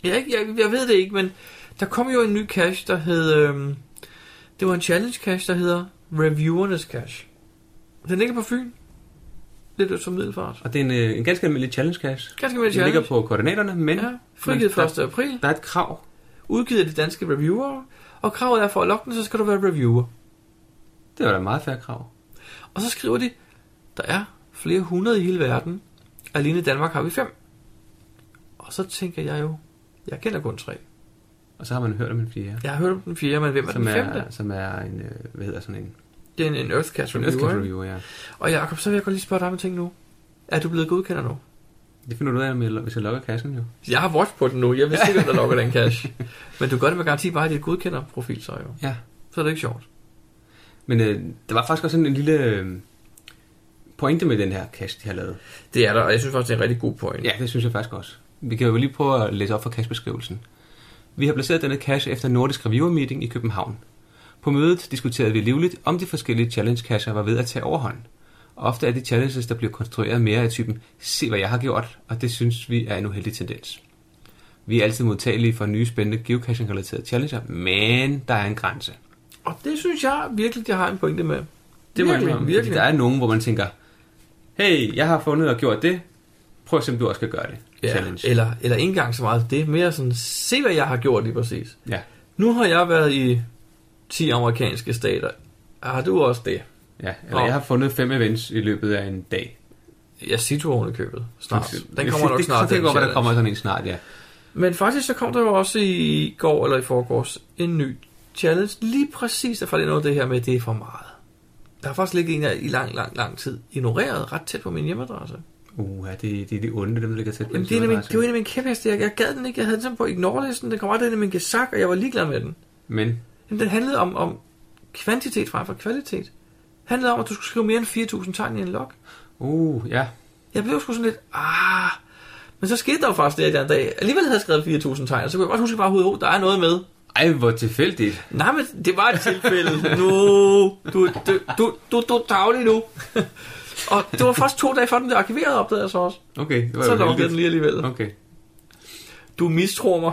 [SPEAKER 1] Jeg, er ikke, jeg, jeg ved det ikke, men der kom jo en ny cache, der hed... Øhm, det var en challenge cache, der hedder Reviewernes Cache. Den ligger på Fyn. Lidt som middelfart.
[SPEAKER 4] Og det er en, øh, en ganske almindelig challenge cash.
[SPEAKER 1] Ganske mere
[SPEAKER 4] Den
[SPEAKER 1] challenge.
[SPEAKER 4] ligger på koordinaterne, men
[SPEAKER 1] Ja, frigivet 1. april.
[SPEAKER 4] der er et krav.
[SPEAKER 1] Udgivet af de danske reviewere. Og kravet er for at logge den, så skal du være reviewer.
[SPEAKER 4] Det var da et meget færre krav.
[SPEAKER 1] Og så skriver de, der er flere hundrede i hele verden. Alene i Danmark har vi fem. Og så tænker jeg jo, jeg kender kun tre.
[SPEAKER 4] Og så har man hørt om en fjerde.
[SPEAKER 1] Jeg har hørt om den fjerde, men hvem er
[SPEAKER 4] som,
[SPEAKER 1] den femte?
[SPEAKER 4] er, som er en, øh, hvad hedder sådan en,
[SPEAKER 1] Det er en, en Earthcast
[SPEAKER 4] en
[SPEAKER 1] reviewer.
[SPEAKER 4] Earthcast
[SPEAKER 1] Review.
[SPEAKER 4] reviewer, ja.
[SPEAKER 1] Og Jacob, så vil jeg godt lige spørge dig om en ting nu. Er du blevet godkender nu?
[SPEAKER 4] Det finder du ud af, med, hvis jeg lukker kassen jo.
[SPEAKER 1] Jeg har watch på den nu. Jeg ved sikkert, der logger den cash. Men du gør det med garanti bare i dit godkenderprofil, så jo.
[SPEAKER 4] Ja.
[SPEAKER 1] Så er det ikke sjovt.
[SPEAKER 4] Men øh, der var faktisk også sådan en lille øh, pointe med den her cash, de har lavet.
[SPEAKER 1] Det er der, og jeg synes faktisk, det er en rigtig god point.
[SPEAKER 4] Ja, det synes jeg faktisk også. Vi kan jo lige prøve at læse op fra cashbeskrivelsen. Vi har placeret denne cash efter Nordisk Reviewer Meeting i København. På mødet diskuterede vi livligt, om de forskellige challenge casher var ved at tage overhånd. Ofte er de challenges, der bliver konstrueret mere af typen, se hvad jeg har gjort, og det synes vi er en uheldig tendens. Vi er altid modtagelige for nye spændende geocaching-relaterede challenger, men der er en grænse.
[SPEAKER 1] Og det synes jeg virkelig, det har en pointe med.
[SPEAKER 4] Det må jeg
[SPEAKER 1] virkelig,
[SPEAKER 4] indrømme,
[SPEAKER 1] virkelig.
[SPEAKER 4] fordi der er nogen, hvor man tænker, hey, jeg har fundet og gjort det, prøv at se, om du også kan gøre det.
[SPEAKER 1] Ja,
[SPEAKER 4] Challenge.
[SPEAKER 1] eller, eller ikke engang så meget. Det er mere sådan, se hvad jeg har gjort lige præcis.
[SPEAKER 4] Ja.
[SPEAKER 1] Nu har jeg været i 10 amerikanske stater. Har du også det?
[SPEAKER 4] Ja, eller jeg har fundet fem events i løbet af en dag.
[SPEAKER 1] Jeg siger oven i købet. Snart. Den
[SPEAKER 4] Jeg
[SPEAKER 1] kommer
[SPEAKER 4] siger,
[SPEAKER 1] nok
[SPEAKER 4] det,
[SPEAKER 1] snart.
[SPEAKER 4] Det
[SPEAKER 1] den
[SPEAKER 4] kan godt være, der
[SPEAKER 1] challenge.
[SPEAKER 4] kommer sådan en snart, ja.
[SPEAKER 1] Men faktisk så kom der jo også i går eller i forgårs en ny challenge. Lige præcis derfor er det noget af det her med, at det er for meget. Der har faktisk ligget en, jeg i lang, lang, lang tid ignoreret ret tæt på min hjemmeadresse.
[SPEAKER 4] Uh, ja, det, det er de onde, dem der ligger tæt på
[SPEAKER 1] Jamen,
[SPEAKER 4] ens
[SPEAKER 1] det, er en af mine,
[SPEAKER 4] hjemmeadresse.
[SPEAKER 1] det var en af mine kæpheste. Jeg, jeg gad den ikke. Jeg havde den sådan på ignorlisten. Den kom aldrig ind i min gesak, og jeg var ligeglad med den.
[SPEAKER 4] Men,
[SPEAKER 1] Jamen, den handlede om, om kvantitet frem for kvalitet. Det handlede om, at du skulle skrive mere end 4.000 tegn i en log.
[SPEAKER 4] uh, ja.
[SPEAKER 1] Jeg blev sgu sådan lidt, ah... Men så skete der jo faktisk det, at jeg en dag alligevel havde skrevet 4.000 tegn, og så kunne jeg godt huske bare hovedet, der er noget med.
[SPEAKER 4] Ej, hvor tilfældigt.
[SPEAKER 1] Nej, men det var et tilfælde. Nu, du, du, du, du, du er daglig nu. og det var først to dage før den blev arkiveret, opdagede jeg så også.
[SPEAKER 4] Okay, det var
[SPEAKER 1] Så
[SPEAKER 4] jo
[SPEAKER 1] lukkede jeg
[SPEAKER 4] heldigt.
[SPEAKER 1] den lige alligevel.
[SPEAKER 4] Okay.
[SPEAKER 1] Du mistror mig.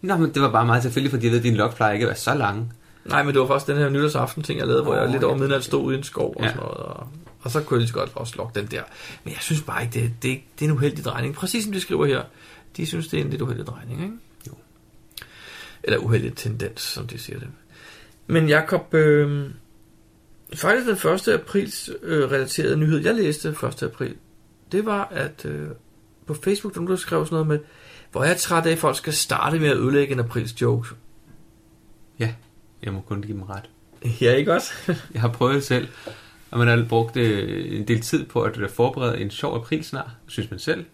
[SPEAKER 4] Nå, men det var bare meget tilfældigt, fordi jeg ved, at din log plejer ikke at være så lang.
[SPEAKER 1] Nej, men det var faktisk den her nytårsaften ting, jeg lavede, hvor jeg
[SPEAKER 4] Åh,
[SPEAKER 1] lidt
[SPEAKER 4] ja.
[SPEAKER 1] over midnat stod i en skov og
[SPEAKER 4] Ja.
[SPEAKER 1] sådan noget. Og, og så kunne jeg lige så godt også lukke den der. Men jeg synes bare ikke, det, det, er ikke- det er en uheldig drejning. Præcis som de skriver her. De synes, det er en lidt uheldig drejning, ikke?
[SPEAKER 4] Jo.
[SPEAKER 1] Eller uheldig tendens, som de siger det. Men Jakob, øh, faktisk den 1. aprils øh, relaterede nyhed, jeg læste 1. april, det var, at øh, på Facebook, der var nogen, der skrev sådan noget med, hvor jeg er træt af, at folk skal starte med at ødelægge en aprils joke.
[SPEAKER 4] Ja, jeg må kun give dem ret.
[SPEAKER 1] Ja, ikke også?
[SPEAKER 4] Jeg har prøvet det selv, og man har brugt øh, en del tid på at øh, forberede en sjov april snart, synes man selv.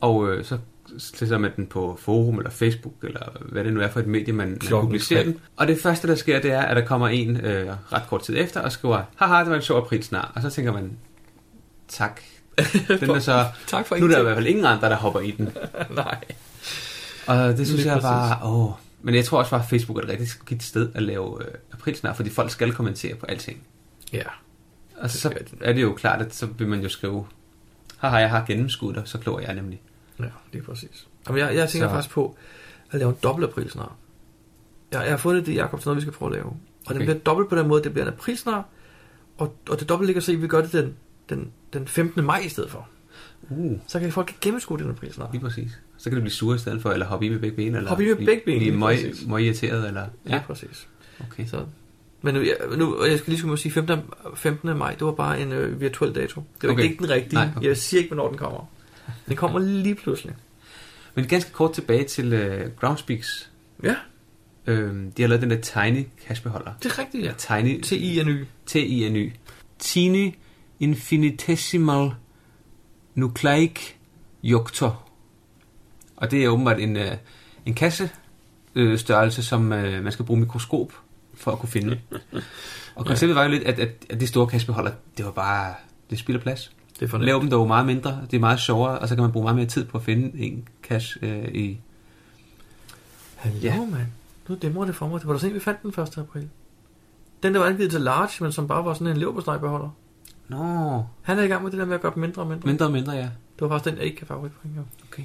[SPEAKER 4] Og øh, så slæser man den på forum eller Facebook, eller hvad det nu er for et medie, man, man
[SPEAKER 1] Klokken
[SPEAKER 4] publicerer
[SPEAKER 1] tre.
[SPEAKER 4] den. Og det første, der sker, det er, at der kommer en øh, ret kort tid efter og skriver, haha, det var en sjov april snart. Og så tænker man, tak. Den er så,
[SPEAKER 1] Tak for
[SPEAKER 4] nu er der i
[SPEAKER 1] ingenting.
[SPEAKER 4] hvert fald ingen andre, der hopper i den.
[SPEAKER 1] Nej.
[SPEAKER 4] Og det synes
[SPEAKER 1] Lige
[SPEAKER 4] jeg
[SPEAKER 1] præcis.
[SPEAKER 4] var... Åh. Men jeg tror også bare, at Facebook er et rigtig skidt sted at lave øh, aprilsnar, fordi folk skal kommentere på alting.
[SPEAKER 1] Ja.
[SPEAKER 4] Og så
[SPEAKER 1] skal de.
[SPEAKER 4] er det jo klart, at så vil man jo skrive, haha, jeg har gennemskudt dig, så klog er jeg nemlig.
[SPEAKER 1] Ja, lige præcis. Jamen, jeg, jeg tænker
[SPEAKER 4] Så-
[SPEAKER 1] så. faktisk på at lave en dobbelt aprilsnar. Jeg, jeg har fundet det, Jacob, sådan noget, vi skal prøve at lave. Og okay. den
[SPEAKER 4] Okay.
[SPEAKER 1] bliver dobbelt på den måde, det bliver en aprilsnar, og, og det dobbelt ligger så i, at vi gør det den, den, den 15. maj i stedet for.
[SPEAKER 4] Uh,
[SPEAKER 1] Så kan folk ikke gennemskue den aprilsnar.
[SPEAKER 4] lige præcis. Så kan du blive sur i stedet for, eller hoppe i med begge ben, eller
[SPEAKER 1] Hoppe i med
[SPEAKER 4] blive-
[SPEAKER 1] begge ben,
[SPEAKER 4] blive
[SPEAKER 1] lige
[SPEAKER 4] møg,
[SPEAKER 1] præcis.
[SPEAKER 4] møg irriteret, eller...
[SPEAKER 1] Ja,
[SPEAKER 4] Ja,
[SPEAKER 1] præcis.
[SPEAKER 4] okay.
[SPEAKER 1] Så. Men nu, jeg, nu, og jeg skal lige skulle sige, 15. 15. maj, det var bare en øh, virtuel dato. Det var
[SPEAKER 4] Okay.
[SPEAKER 1] okay. ikke den rigtige.
[SPEAKER 4] Nej,
[SPEAKER 1] Nej,
[SPEAKER 4] okay.
[SPEAKER 1] okay. Jeg siger ikke, hvornår den kommer. Den kommer lige pludselig.
[SPEAKER 4] Men ganske kort tilbage til øh, Groundspeaks.
[SPEAKER 1] Ja,
[SPEAKER 4] Øh, de har lavet den der Tiny cashbeholder.
[SPEAKER 1] det er rigtigt, ja.
[SPEAKER 4] Tiny,
[SPEAKER 1] TI er ny.
[SPEAKER 4] T-I-N-Y. Tiny Infinitesimal Nucleic Juktor. Og det er åbenbart en, øh, en kasse øh, størrelse, som øh, man skal bruge mikroskop for at kunne finde. Og konceptet var jo lidt, at, at, at de store kassebeholder, det var bare, det spilder plads.
[SPEAKER 1] Det er for
[SPEAKER 4] Lav dem dog meget mindre, det er meget sjovere, og så kan man bruge meget mere tid på at finde en kasse øh, i...
[SPEAKER 1] Hallo,
[SPEAKER 4] Ja.
[SPEAKER 1] ja. mand. Nu dæmmer det for mig. Det var da sådan, vi fandt den 1. april. Den, der var angivet til large, men som bare var sådan en leverpostejbeholder.
[SPEAKER 4] Nå,
[SPEAKER 1] Han er i gang med det der med at gøre dem mindre og mindre. Men...
[SPEAKER 4] mindre og mindre, ja.
[SPEAKER 1] Det var faktisk den, jeg ikke kan favoritbringe. jo.
[SPEAKER 4] Okay.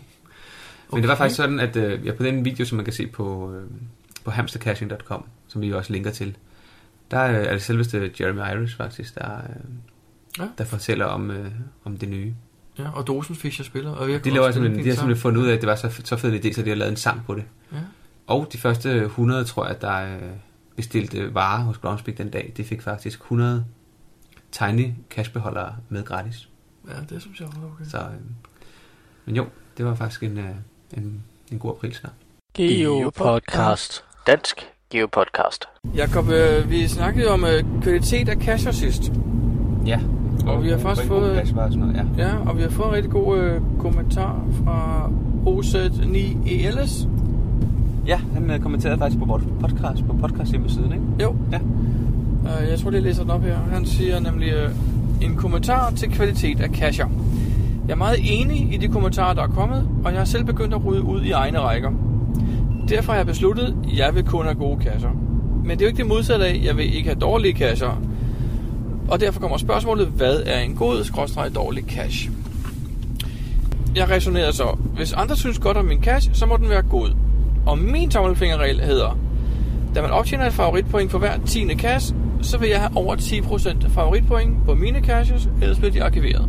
[SPEAKER 4] Men det var faktisk sådan, at øh, jeg på den video, som man kan se på, øh, på hamstercaching.com, som vi jo også linker til, der øh, er det selveste Jeremy Irons faktisk, der, øh, ja.
[SPEAKER 1] Ja.
[SPEAKER 4] der fortæller om, øh, om det nye.
[SPEAKER 1] Ja, og Dosen Fischer spiller. Og jeg
[SPEAKER 4] De,
[SPEAKER 1] kunne
[SPEAKER 4] laver
[SPEAKER 1] også
[SPEAKER 4] simpelthen,
[SPEAKER 1] spille
[SPEAKER 4] de har
[SPEAKER 1] en
[SPEAKER 4] simpelthen
[SPEAKER 1] fin
[SPEAKER 4] fundet ud af, at det var så, så fed en idé, så de har lavet en sang på det.
[SPEAKER 1] sang. Ja.
[SPEAKER 4] Og de første 100, tror jeg, der øh, bestilte øh, varer hos Groundspeak den dag, de fik faktisk 100 tiny cashbeholdere med gratis.
[SPEAKER 1] ja, det synes jeg også er okay.
[SPEAKER 4] Så, øh, men jo, det var faktisk en, øh, en, en god aprilsnak.
[SPEAKER 3] Geopodcast. Dansk Geopodcast.
[SPEAKER 1] Jakob, øh, vi snakkede om øh, kvalitet af cash sidst.
[SPEAKER 4] Ja.
[SPEAKER 1] Og vi har faktisk fået-
[SPEAKER 4] Sådan noget, ja.
[SPEAKER 1] Ja, og vi har fået en rigtig god øh, kommentar fra E OZ9ELS.
[SPEAKER 2] Ja, han øh, kommenterede faktisk på vores podcast, på podcast hjemmesiden, ikke?
[SPEAKER 1] Jo.
[SPEAKER 2] Ja.
[SPEAKER 1] Øh, jeg tror lige, jeg læser den op her. Han siger nemlig øh, en kommentar til kvalitet af casher. Jeg er meget enig i de kommentarer, der er kommet, og jeg har selv begyndt at rydde ud i egne rækker. Derfor har jeg besluttet, at jeg vil kun have gode kasser. Men det er jo ikke det modsatte af, at jeg vil ikke have dårlige kasser. Og derfor kommer spørgsmålet, hvad er en god, skråstreg dårlig cash? Jeg resonerer så, hvis andre synes godt om min cash, så må den være god. Og min tommelfingerregel hedder, da man optjener et favoritpoint for hver 10. cash, så vil jeg have over 10% favoritpoint på mine cashes, ellers bliver de arkiveret.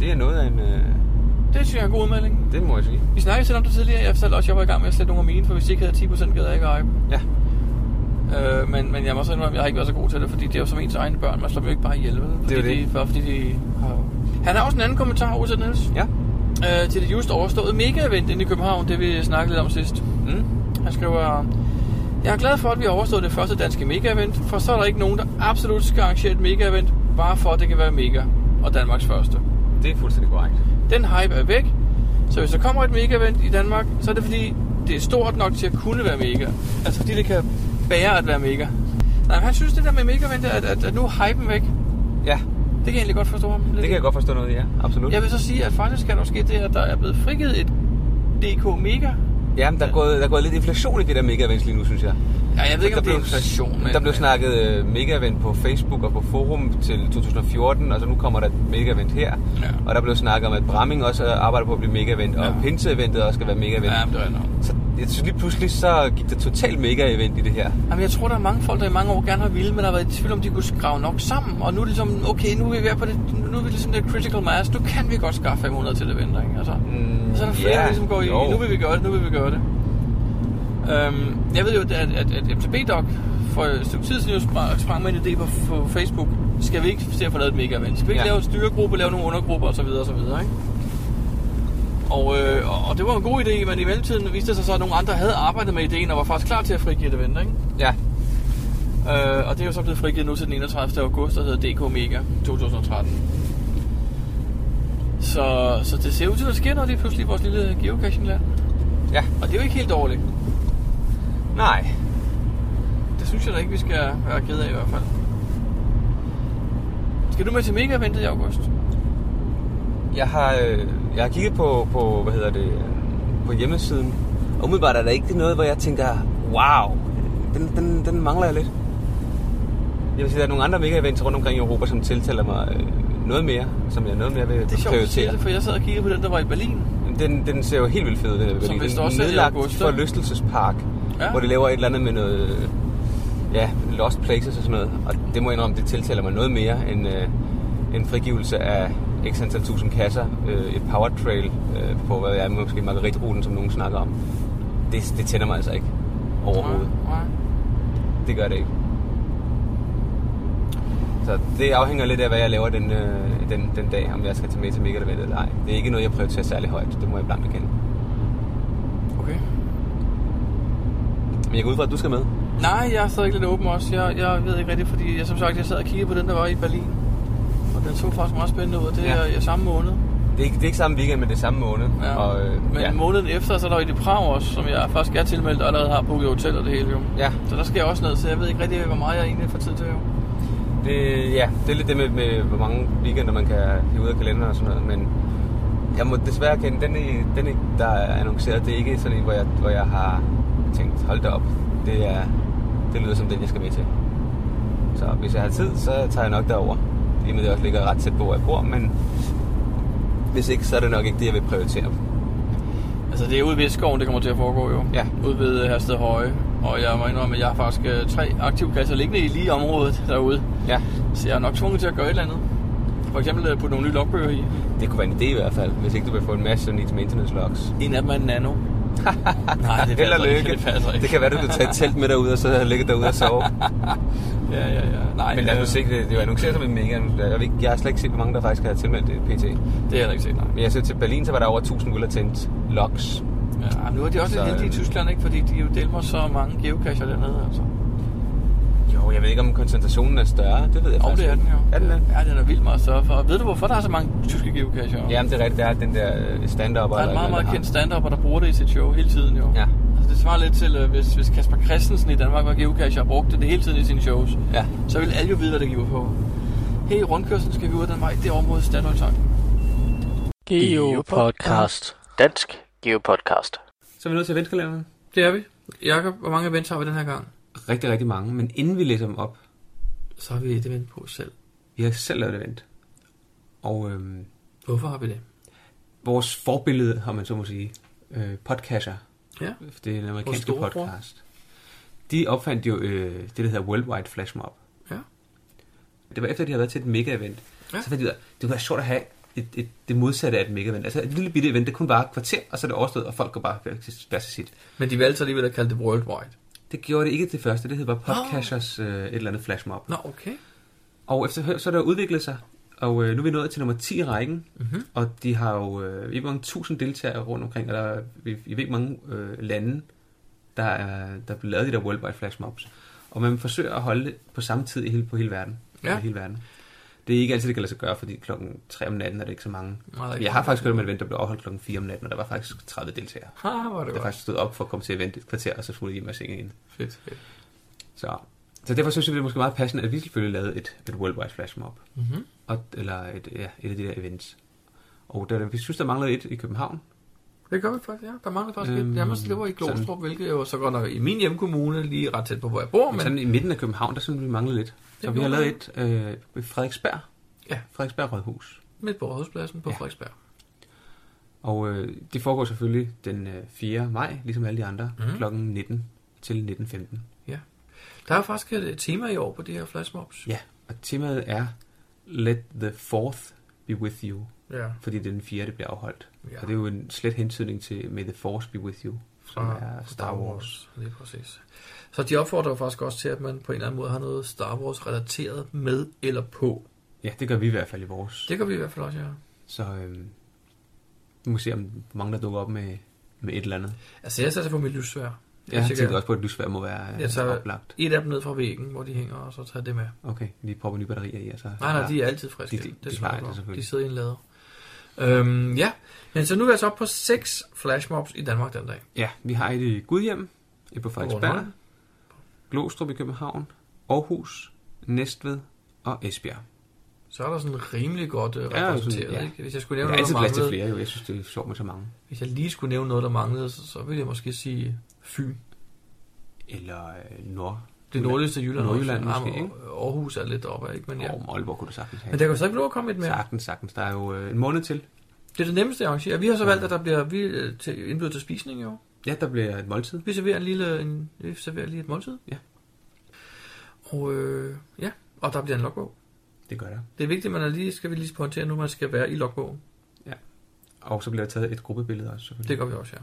[SPEAKER 2] Det er noget af en... Øh,
[SPEAKER 1] Det synes jeg er en god udmelding.
[SPEAKER 2] det må jeg sige.
[SPEAKER 1] Vi snakkede selv om det tidligere. Jeg fortalte også, at jeg var i gang med at slette nogle af mine, for hvis de ikke havde 10%, gad jeg ikke eje dem.
[SPEAKER 2] Ja.
[SPEAKER 1] Øh, men, men jeg må så indrømme, at jeg har ikke været så god til det, fordi det er jo som ens egne børn. Man slår dem jo ikke bare ihjel, vel? Fordi
[SPEAKER 2] jo det.
[SPEAKER 1] De, bare fordi de har... Han har også en anden kommentar, Ose Niels.
[SPEAKER 2] Ja.
[SPEAKER 1] Øh, til det just overståede mega-event inde i København, det vi snakkede lidt om sidst.
[SPEAKER 2] Mm.
[SPEAKER 1] Han skriver, jeg er glad for, at vi har overstået det første danske mega-event, for så er der ikke nogen, der absolut skal arrangere et mega-event, bare for at det kan være mega, og Danmarks første.
[SPEAKER 2] Det er fuldstændig korrekt.
[SPEAKER 1] Den hype er væk, så hvis der kommer et mega-event i Danmark, så er det fordi, det er stort nok til at kunne være mega. Altså fordi det kan bære at være mega. Nej, men han synes det der med mega-event, at, at, at nu er hypen væk.
[SPEAKER 2] Ja,
[SPEAKER 1] Det kan jeg egentlig godt forstå ham. lidt.
[SPEAKER 2] det kan jeg godt forstå noget, ja. Absolut.
[SPEAKER 1] Jeg vil så sige, at faktisk er der sket det, at der er blevet frigivet et DK Mega.
[SPEAKER 2] Jamen, der er, gået, der er gået lidt inflation i det der mega events lige nu, synes jeg.
[SPEAKER 1] Ja, jeg ved ikke,
[SPEAKER 2] der
[SPEAKER 1] om det er
[SPEAKER 2] blev-
[SPEAKER 1] inflation. men-
[SPEAKER 2] Der blev snakket øh, mega event på Facebook og på forum til 2014, og så nu kommer der et mega event her.
[SPEAKER 1] Ja.
[SPEAKER 2] Og der blev snakket om, at Bramming også øh, arbejder på at blive mega event, og
[SPEAKER 1] Ja.
[SPEAKER 2] Pinse-eventet også skal være mega event.
[SPEAKER 1] Ja, men det er nok.
[SPEAKER 2] Så jeg synes lige pludselig, så gik der totalt mega event i det her.
[SPEAKER 1] Jamen, jeg tror, der er mange folk, der i mange år gerne har ville, men der har været i tvivl om, de kunne skrave nok sammen. Og nu er det ligesom, okay, nu er vi ved på det, nu er vi ligesom det critical mass. Nu kan vi godt skaffe 500 til det vinter, ikke? Altså,
[SPEAKER 2] Mm,
[SPEAKER 1] mm, så er der flere,
[SPEAKER 2] ja,
[SPEAKER 1] der ligesom går i,
[SPEAKER 2] jo.
[SPEAKER 1] nu vil vi gøre det, nu vil vi gøre det. Øhm, jeg ved jo, at, at, at MTB-doc for et stykke tid siden jo sprang, sprang med en idé på, på Facebook. Skal vi ikke se at få lavet et mega-event? Skal vi ikke
[SPEAKER 2] Ja.
[SPEAKER 1] ja. lave en styregruppe, lave nogle undergrupper osv. osv. Ikke? Og, øh, og- og det var en god idé, men i mellemtiden viste det sig så, at nogle andre havde arbejdet med ideen og var faktisk klar til at frigive et event, ikke?
[SPEAKER 2] Ja,
[SPEAKER 1] Øh, og det er jo så blevet frigivet nu til den 31. august, der hedder DK Mega 2013. Så, så det ser ud til, at der sker noget lige pludselig i vores lille geocaching-land.
[SPEAKER 2] ja.
[SPEAKER 1] Og det er jo ikke helt dårligt.
[SPEAKER 2] Nej.
[SPEAKER 1] Det synes jeg da ikke, vi skal være ked af i hvert fald. Skal du med til mega ventet i august?
[SPEAKER 2] Jeg har, øh, jeg har kigget på, på, hvad hedder det, øh, på hjemmesiden, og umiddelbart er der ikke noget, hvor jeg tænker, wow, den, den, den mangler jeg lidt. Jeg vil sige, der er nogle andre mega-events rundt omkring i Europa, som tiltaler mig øh, noget mere, som jeg noget mere vil
[SPEAKER 1] Det er sjovt, du siger
[SPEAKER 2] prioritere.
[SPEAKER 1] det, for jeg sad og kiggede på den, der var i Berlin.
[SPEAKER 2] Den, den ser jo helt vildt fed ud, den her Berlin.
[SPEAKER 1] vist
[SPEAKER 2] Den
[SPEAKER 1] også er i
[SPEAKER 2] nedlagt
[SPEAKER 1] august,
[SPEAKER 2] for
[SPEAKER 1] ikke?
[SPEAKER 2] lystelsespark,
[SPEAKER 1] Ja.
[SPEAKER 2] ja. hvor de laver et eller andet med noget, øh, ja, lost places og sådan noget. Og det må jeg indrømme, det tiltaler mig noget mere end øh, en frigivelse af x antal tusind kasser, øh, et powertrail øh, på, hvad er måske margaritruten, som nogen snakker om. Det, det tænder mig altså ikke overhovedet.
[SPEAKER 1] Nej, nej.
[SPEAKER 2] Det gør det ikke. Så det afhænger lidt af, hvad jeg laver den, øh, den, den dag, om jeg skal til med til mega eller ej. Det er ikke noget, jeg prioriterer særlig højt. Det må jeg blankt erkende.
[SPEAKER 1] Okay.
[SPEAKER 2] Men jeg går ud fra, at du skal med.
[SPEAKER 1] Nej, jeg er stadig lidt åben også. Jeg, jeg ved ikke rigtigt, fordi jeg, som sagt, jeg sad og kiggede på den, der var i Berlin. Og den så faktisk meget spændende ud, og det
[SPEAKER 2] Ja.
[SPEAKER 1] er ja. samme måned.
[SPEAKER 2] Det er, ikke, det er ikke samme weekend, men det er samme måned.
[SPEAKER 1] Ja.
[SPEAKER 2] Og, øh,
[SPEAKER 1] Men
[SPEAKER 2] ja.
[SPEAKER 1] måneden efter, så er der jo et i Prag også, som jeg faktisk er tilmeldt og allerede har booket hotel og det hele jo.
[SPEAKER 2] Ja.
[SPEAKER 1] Så der skal jeg også ned, så jeg ved ikke rigtig, hvor meget jeg egentlig får tid til jo.
[SPEAKER 2] Det, ja, det er lidt det med, med, hvor mange weekender man kan hive ud af kalenderen og sådan noget. Men jeg må desværre erkende, den, i, den i, der er annonceret, det er ikke sådan en, hvor jeg, hvor jeg har tænkt, hold da op, det, er, det lyder som den, jeg skal med til. Så hvis jeg har tid, så tager jeg nok derover. I og med det også ligger ret tæt på, hvor jeg bor, men hvis ikke, så er det nok ikke det, jeg vil prioritere.
[SPEAKER 1] Altså det er ude ved skoven, det kommer til at foregå jo.
[SPEAKER 2] Ja.
[SPEAKER 1] Ude ved øh, Hersted Høje. Og jeg må indrømme, at jeg har faktisk øh, tre aktive kasser liggende i lige området derude.
[SPEAKER 2] Ja,
[SPEAKER 1] Så jeg er nok tvunget til at gøre et eller andet. For eksempel øh, putte nogle nye logbøger i.
[SPEAKER 2] det kunne være en idé i hvert fald, hvis ikke du vil få en masse needs maintenance logs.
[SPEAKER 1] En af dem er en nano. Nej, det
[SPEAKER 2] Held og
[SPEAKER 1] passer ikke.
[SPEAKER 2] lykke.
[SPEAKER 1] Det passer ikke.
[SPEAKER 2] Det kan være, du vil tage et telt med derude, og så ligge derude og sove.
[SPEAKER 1] Ja, ja, ja. Nej,
[SPEAKER 2] Men lad os nu
[SPEAKER 1] øh,
[SPEAKER 2] se, det det er jo annonceret som en mega. Jeg, ved, ikke- jeg har slet ikke set, hvor mange der faktisk har tilmeldt øh, det PT.
[SPEAKER 1] Det har jeg ikke set, nej.
[SPEAKER 2] Men jeg så til Berlin, så var der over 1000 ude tændt loks.
[SPEAKER 1] Ja, nu er de også
[SPEAKER 2] Så,
[SPEAKER 1] lidt heldige i
[SPEAKER 2] øh,
[SPEAKER 1] Tyskland, ikke? Fordi de jo dælmer så mange geocacher dernede, altså.
[SPEAKER 2] Jo, jeg ved ikke, om koncentrationen er større. Det ved jeg
[SPEAKER 1] Og
[SPEAKER 2] faktisk
[SPEAKER 1] det er den
[SPEAKER 2] ikke.
[SPEAKER 1] jo.
[SPEAKER 2] Er den det?
[SPEAKER 1] Ja, den er vildt meget større for. Ved du, hvorfor der er så mange tyske geocacher?
[SPEAKER 2] Jamen, det er rigtigt. Der er den der øh, stand-up.
[SPEAKER 1] Der er en meget, meget kendt
[SPEAKER 2] stand
[SPEAKER 1] stand-up, der bruger det i sit show hele tiden jo.
[SPEAKER 2] Ja.
[SPEAKER 1] Altså, det svarer lidt til, øh, hvis, hvis Kasper Christensen i Danmark var geocacher og brugte det hele tiden i sine shows,
[SPEAKER 2] Ja.
[SPEAKER 1] så ville alle jo vide, hvad det giver på. Hey, i rundkørslen skal vi ud af den vej, det er over mod Stadholdsholm.
[SPEAKER 3] Geopodcast. Dansk Geopodcast.
[SPEAKER 4] Så er vi nødt til eventkalenderen.
[SPEAKER 1] Det er vi. Jakob, hvor mange events har vi den her gang?
[SPEAKER 4] Rigtig, rigtig mange. Men inden vi læser dem op,
[SPEAKER 1] Så har vi et event på selv.
[SPEAKER 4] vi har selv lavet et event. Og øhm,
[SPEAKER 1] Hvorfor har vi det?
[SPEAKER 4] vores forbillede, om man så må sige, øh, podcaster,
[SPEAKER 1] Ja.
[SPEAKER 4] det er den amerikanske
[SPEAKER 1] storebror.
[SPEAKER 4] podcast, de opfandt jo øh, det, der hedder Worldwide Flash Mob.
[SPEAKER 1] Ja.
[SPEAKER 4] Det var efter, de havde været til et mega-event.
[SPEAKER 1] Ja.
[SPEAKER 4] Ja. Så fandt de ud af, det kunne være sjovt at have et, et, det modsatte af et mega-event. Altså et lille bitte event, det kunne bare et kvarter, og så er det overstået, og folk går bare hver til hver til sit.
[SPEAKER 1] Men de valgte så alligevel at kalde det Worldwide.
[SPEAKER 4] Det gjorde det ikke til det første, det hed bare Podcasters øh, et eller andet Flash Mob.
[SPEAKER 1] Nå, okay.
[SPEAKER 4] Og efter så er der udviklet sig, og øh, nu er vi nået til nummer 10 i rækken,
[SPEAKER 1] Mhm.
[SPEAKER 4] mm-hmm. og de har jo øh, vi mange tusind deltagere rundt omkring, og der er, vi, vi ved ikke mange øh, lande, der er, der bliver lavet de der Worldwide Flash Mobs. Og man forsøger at holde det på samme tid i hele, på hele verden.
[SPEAKER 1] Ja.
[SPEAKER 4] I hele verden. Det er ikke altid, det kan lade sig gøre, fordi klokken 3 om natten er der ikke så mange.
[SPEAKER 1] der er ikke
[SPEAKER 4] jeg
[SPEAKER 1] så
[SPEAKER 4] har faktisk hørt om et event, der blev afholdt klokken 4 om natten, og der var faktisk 30 deltagere.
[SPEAKER 1] Ha, hvor er det
[SPEAKER 4] Der
[SPEAKER 1] godt.
[SPEAKER 4] faktisk stod op for at komme til eventet et kvarter, og så skulle de hjem og sengen ind.
[SPEAKER 1] Fedt, fedt.
[SPEAKER 4] Så, så derfor synes jeg, det er måske meget passende, at vi selvfølgelig lavede et, et Worldwide Flash Mob.
[SPEAKER 1] Mm-hmm.
[SPEAKER 4] Og, eller et, ja, et af de der events. Og der, vi synes, der manglede et i København.
[SPEAKER 1] Det gør vi faktisk, ja. Der mangler faktisk øhm,
[SPEAKER 4] Øhm,
[SPEAKER 1] et. Jamen, det var i
[SPEAKER 4] sådan.
[SPEAKER 1] Glostrup, hvilket jo så godt nok i min hjemkommune, lige ret tæt på, hvor jeg bor.
[SPEAKER 4] Men,
[SPEAKER 1] Men,
[SPEAKER 4] sådan i midten af København, der synes vi manglede lidt. Så vi
[SPEAKER 1] gjorde
[SPEAKER 4] har lavet et øh, ved Frederiksberg.
[SPEAKER 1] Ja.
[SPEAKER 4] Frederiksberg Rådhus.
[SPEAKER 1] midt på Rådhuspladsen på ja.
[SPEAKER 4] Ja.
[SPEAKER 1] Frederiksberg.
[SPEAKER 4] Og øh, det foregår selvfølgelig den øh, 4. maj, ligesom alle de andre,
[SPEAKER 1] Mhm.
[SPEAKER 4] mm. klokken 19 til 19.15.
[SPEAKER 1] Der er faktisk et øh, tema i år på det her flashmobs.
[SPEAKER 4] Ja, og temaet er Let the Fourth be with you,
[SPEAKER 1] Ja.
[SPEAKER 4] fordi det er den 4. det bliver afholdt.
[SPEAKER 1] Ja.
[SPEAKER 4] Ja. Og det er jo en slet hentydning til May the Force be with you, som
[SPEAKER 1] Ah,
[SPEAKER 4] er Star Wars.
[SPEAKER 1] Lige præcis. Så de opfordrer jo faktisk også til, at man på en eller anden måde har noget Star Wars relateret med eller på.
[SPEAKER 4] Ja, det gør vi i hvert fald i vores.
[SPEAKER 1] Det kan vi i hvert fald også gøre.
[SPEAKER 4] Så øhm, vi må se, om hvor mange der dukker op med, med et eller andet.
[SPEAKER 1] Altså, jeg satser på mit lyssvær.
[SPEAKER 4] Jeg
[SPEAKER 1] tænker-
[SPEAKER 4] tænkte også på, at lysvær må være
[SPEAKER 1] Jeg
[SPEAKER 4] øh,
[SPEAKER 1] tager-
[SPEAKER 4] oplagt.
[SPEAKER 1] Et af dem ned fra væggen, hvor de hænger, og så tager jeg det med.
[SPEAKER 4] Okay, vi prøver nye batterier i, og så...
[SPEAKER 1] Nej, nej, de er altid friske.
[SPEAKER 4] De- de- de
[SPEAKER 1] smager
[SPEAKER 4] plejer det
[SPEAKER 1] godt.
[SPEAKER 4] selvfølgelig.
[SPEAKER 1] De sidder i en lader. Øhm, ja, men så nu er jeg så oppe på seks flashmobs i Danmark den dag.
[SPEAKER 4] Ja, vi har et i Gudhjem, et på Frederiksberg,
[SPEAKER 1] Bornholm.
[SPEAKER 4] Glostrup i København, Aarhus, Næstved og Esbjerg.
[SPEAKER 1] så er der sådan rimelig godt øh,
[SPEAKER 4] jeg synes,
[SPEAKER 1] repræsenteret.
[SPEAKER 4] ja.
[SPEAKER 1] ikke? Hvis jeg skulle
[SPEAKER 4] Der
[SPEAKER 1] nævne
[SPEAKER 4] er
[SPEAKER 1] noget,
[SPEAKER 4] altid
[SPEAKER 1] der
[SPEAKER 4] plads til
[SPEAKER 1] manglede,
[SPEAKER 4] flere, jo. Jeg synes, det er sjovt med så mange.
[SPEAKER 1] hvis jeg lige skulle nævne noget, der manglede, så, så ville jeg måske sige Fyn.
[SPEAKER 4] Eller øh, Nord.
[SPEAKER 1] Det nordligste Jylland.
[SPEAKER 4] Nordjylland
[SPEAKER 1] også.
[SPEAKER 4] måske,
[SPEAKER 1] Ah,
[SPEAKER 4] ikke?
[SPEAKER 1] Aarhus er lidt oppe, ikke? Men, ja.
[SPEAKER 4] Ja. Og Aalborg kunne du sagtens have.
[SPEAKER 1] Men der kan jo stadig blive overkommet lidt mere.
[SPEAKER 4] Sagtens, sagtens. Der er jo øh, en måned til.
[SPEAKER 1] Det er det nemmeste at arrangere. Vi har så valgt, at der bliver vi øh, til, indbyder til spisning i år.
[SPEAKER 4] Ja, der bliver et måltid.
[SPEAKER 1] Vi serverer, en lille, en, vi serverer lige et måltid.
[SPEAKER 4] Ja.
[SPEAKER 1] Og, øh, ja. og der bliver en logbog.
[SPEAKER 4] Det gør der.
[SPEAKER 1] Det er vigtigt, at man er lige, skal vi lige pointere nu, man skal være i logbogen.
[SPEAKER 4] Og så bliver der taget et gruppebillede også, selvfølgelig.
[SPEAKER 1] Det gør vi også, ja.